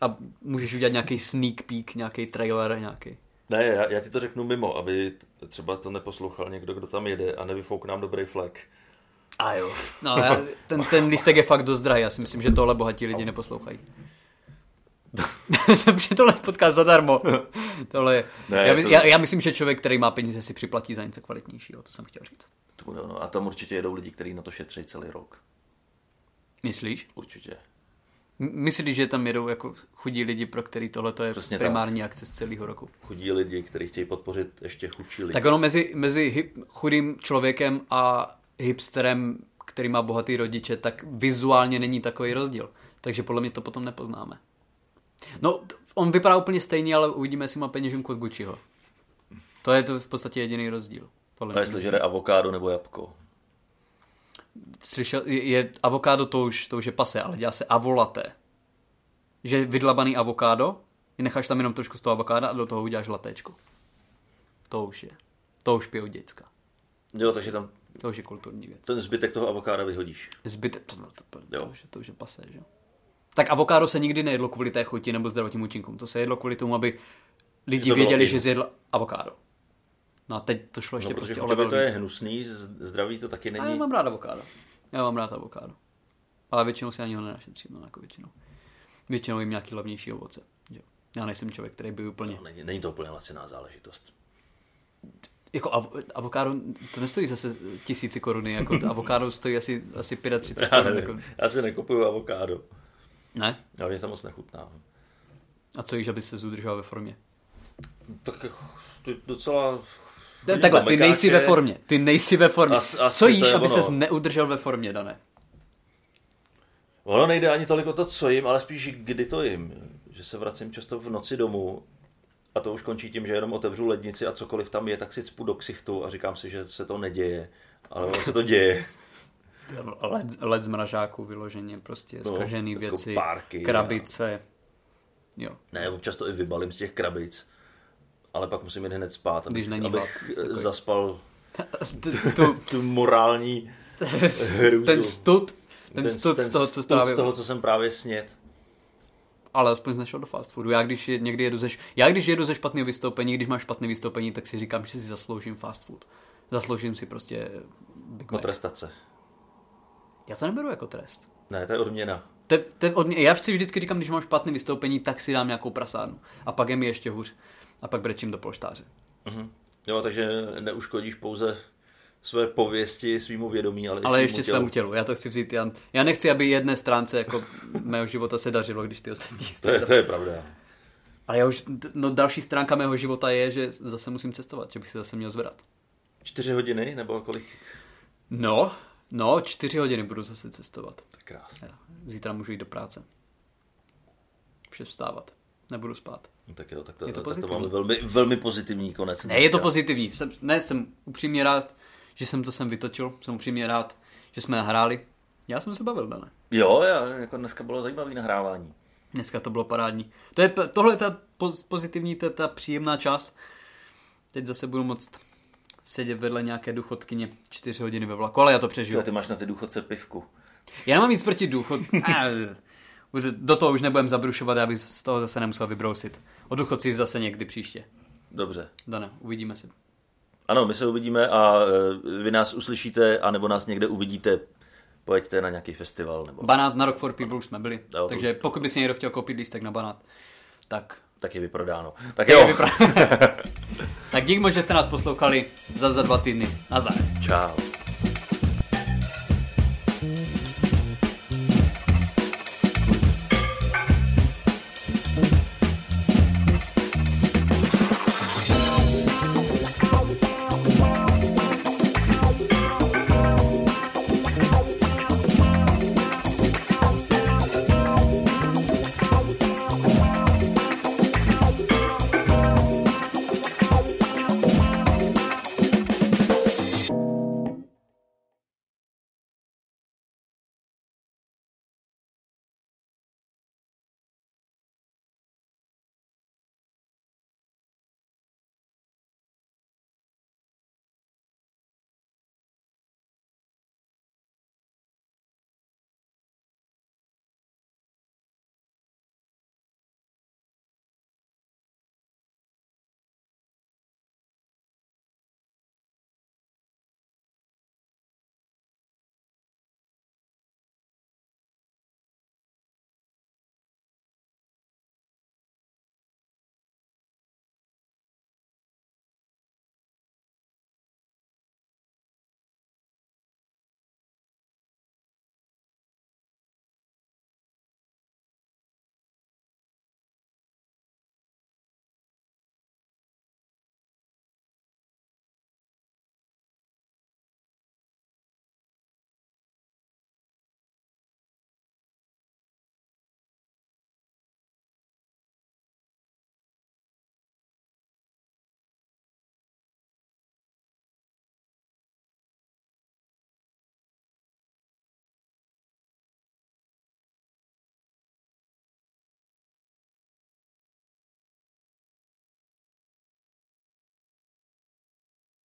Speaker 2: A můžeš udělat nějaký sneak peek, nějaký trailer, nějaký.
Speaker 1: Ne, já, já ti to řeknu mimo, aby t- třeba to neposlouchal někdo, kdo tam jede a nevyfouk nám dobrý flek.
Speaker 2: A jo. No, já, ten, ten lístek je fakt dost drahý, já si myslím, že tohle bohatí lidi neposlouchají. (laughs) Dobře, tohle je podcast zadarmo. Tohle je.
Speaker 1: Ne,
Speaker 2: já, my,
Speaker 1: to-
Speaker 2: já, já, myslím, že člověk, který má peníze, si připlatí za něco kvalitnějšího, to jsem chtěl říct.
Speaker 1: To bude ono. A tam určitě jedou lidi, kteří na to šetří celý rok.
Speaker 2: Myslíš?
Speaker 1: Určitě.
Speaker 2: M- Myslíš, že tam jedou jako chudí lidi, pro který tohle je
Speaker 1: Přesně tak.
Speaker 2: primární akce z celého roku?
Speaker 1: Chudí lidi, kteří chtějí podpořit ještě chudší lidi.
Speaker 2: Tak ono mezi, mezi hip, chudým člověkem a hipsterem, který má bohatý rodiče, tak vizuálně není takový rozdíl. Takže podle mě to potom nepoznáme. No, t- on vypadá úplně stejně, ale uvidíme, jestli má peněženku od Gucciho. To je to v podstatě jediný rozdíl. Podle
Speaker 1: A
Speaker 2: mě.
Speaker 1: jestli žere avokádo nebo jabko.
Speaker 2: Slyšel, je, je avokádo to už, to už je pase, ale dělá se avolaté. Že vydlabaný avokádo Necháš tam jenom trošku z toho avokáda a do toho uděláš latéčko. To už je. To už pijou děcka.
Speaker 1: Jo, takže tam
Speaker 2: To už je kulturní věc.
Speaker 1: ten zbytek toho avokáda vyhodíš. No,
Speaker 2: Zbytek, to, no, to, to, to,
Speaker 1: Jo.
Speaker 2: už, je- to už je pasé, že? jo? Tak avokádo se nikdy nejedlo kvůli té chuti nebo zdravotním účinkům. To se jedlo kvůli tomu, aby lidi
Speaker 1: to bylo
Speaker 2: věděli,
Speaker 1: pivo.
Speaker 2: že zjedl avokádo. No a teď to šlo ještě
Speaker 1: No,
Speaker 2: no,
Speaker 1: protože
Speaker 2: prostě
Speaker 1: v
Speaker 2: o
Speaker 1: tebe
Speaker 2: level
Speaker 1: to je
Speaker 2: víc.
Speaker 1: hnusný, z- zdraví to taky
Speaker 2: A já
Speaker 1: není.
Speaker 2: mám rád avokádo. Já mám rád avokádo. Ale většinou si ani ho nenašetřím, no jako většinou. Většinou jim nějaký levnější ovoce. Že? jo. Já nejsem člověk, který by úplně...
Speaker 1: No, Není, není to úplně laciná záležitost. (laughs)
Speaker 2: Jako av- avokádo, to nestojí zase tisíci
Speaker 1: (laughs)
Speaker 2: koruny, jako to avokádo stojí asi, asi 35
Speaker 1: Já
Speaker 2: korun. Jako...
Speaker 1: nevím, já si nekupuju avokádo.
Speaker 2: Ne?
Speaker 1: Já mě to moc nechutná.
Speaker 2: A co již, aby se zudržoval ve formě?
Speaker 1: Tak ty docela...
Speaker 2: Ne,
Speaker 1: chodím
Speaker 2: takhle,
Speaker 1: na
Speaker 2: ty nejsi ve
Speaker 1: mekáče.
Speaker 2: formě. Ty nejsi ve formě.
Speaker 1: As- asi
Speaker 2: Co
Speaker 1: to
Speaker 2: jíš,
Speaker 1: je
Speaker 2: aby
Speaker 1: ono.
Speaker 2: se neudržel ve formě, Dané?
Speaker 1: Ono nejde ani tolik o to, co jim, ale spíš kdy to jim. Že se vracím často v noci domů a to už končí tím, že jenom otevřu lednici a cokoliv tam je, tak si cpu do ksichtu a říkám si, že se to neděje. Ale ono se to
Speaker 2: (laughs)
Speaker 1: děje.
Speaker 2: Led, led z mražáku vyloženě, prostě
Speaker 1: No,
Speaker 2: zkažený
Speaker 1: jako
Speaker 2: věci,
Speaker 1: párky a-
Speaker 2: krabice. Jo. (laughs)
Speaker 1: Ne, občas to i vybalím z těch krabic, ale pak musím jít hned spát, abych,
Speaker 2: Když není
Speaker 1: abych
Speaker 2: hlad, jste takový. (laughs)
Speaker 1: zaspal
Speaker 2: T- tu,
Speaker 1: tu morální hrůzu.
Speaker 2: ten stud, ten, stud z toho, co
Speaker 1: stud
Speaker 2: právě...
Speaker 1: z toho, co jsem právě snět.
Speaker 2: Ale aspoň jsi nešel do fast foodu. Já když je, někdy jedu ze, š- já když jedu ze špatného vystoupení, když mám špatné vystoupení, tak si říkám, že si zasloužím fast food. Zasloužím si prostě Big
Speaker 1: No
Speaker 2: Mac.
Speaker 1: Potrestace.
Speaker 2: Já to neberu jako trest.
Speaker 1: Ne, to je odměna.
Speaker 2: To je, to je od mě, já si vždycky říkám, když mám špatné vystoupení, tak si dám nějakou prasárnu. A pak je mi ještě hůř. A pak brečím do polštáře.
Speaker 1: Mhm. Jo, takže neuškodíš pouze své pověsti, svýmu vědomí, ale, i
Speaker 2: Ale
Speaker 1: svýmu
Speaker 2: ještě
Speaker 1: tělu.
Speaker 2: svému tělu. Já to chci vzít. Já, já nechci, aby jedné stránce jako mého života se dařilo, když ty ostatní
Speaker 1: (laughs) To je, to je pravda.
Speaker 2: Ale já už, no další stránka mého života je, že zase musím cestovat, že bych se zase měl zvedat.
Speaker 1: Čtyři hodiny, nebo kolik?
Speaker 2: No, no, čtyři hodiny budu zase cestovat.
Speaker 1: To je krásné.
Speaker 2: Já Zítra můžu jít do práce. Vše vstávat. Nebudu spát.
Speaker 1: No, Tak jo, tak to,
Speaker 2: Je to
Speaker 1: to, tak to
Speaker 2: pozitivní.
Speaker 1: máme velmi, velmi pozitivní konec.
Speaker 2: Ne, je to
Speaker 1: dneska.
Speaker 2: pozitivní. Jsem, ne, jsem upřímně rád, že jsem to sem vytočil. Jsem upřímně rád, že jsme hráli. Já jsem se bavil, Dane.
Speaker 1: Jo, já, jako dneska bylo zajímavé nahrávání.
Speaker 2: Dneska to bylo parádní. To je, p- tohle je ta po- pozitivní, to je ta příjemná část. Teď zase budu moct sedět vedle nějaké důchodkyně čtyři hodiny ve vlaku, ale já to přežiju.
Speaker 1: Jo, ty máš na ty důchodce pivku.
Speaker 2: Já nemám nic proti důchod. (laughs) Eh, Do toho už nebudem zabrušovat, já bych z toho zase nemusel vybrousit. O důchodcích zase někdy příště.
Speaker 1: Dobře.
Speaker 2: Dane, uvidíme se.
Speaker 1: Ano, my se uvidíme a eh, vy nás uslyšíte, anebo nás někde uvidíte. Pojďte na nějaký festival. Nebo...
Speaker 2: Banát na Rock for People už jsme byli,
Speaker 1: Jo, to-
Speaker 2: takže pokud by si někdo chtěl koupit lístek na banát, tak,
Speaker 1: Tak je vyprodáno. Tak jo,
Speaker 2: (laughs) vypra- tak dík moc, že jste nás poslouchali za za dva týdny. Nazdar.
Speaker 1: čau.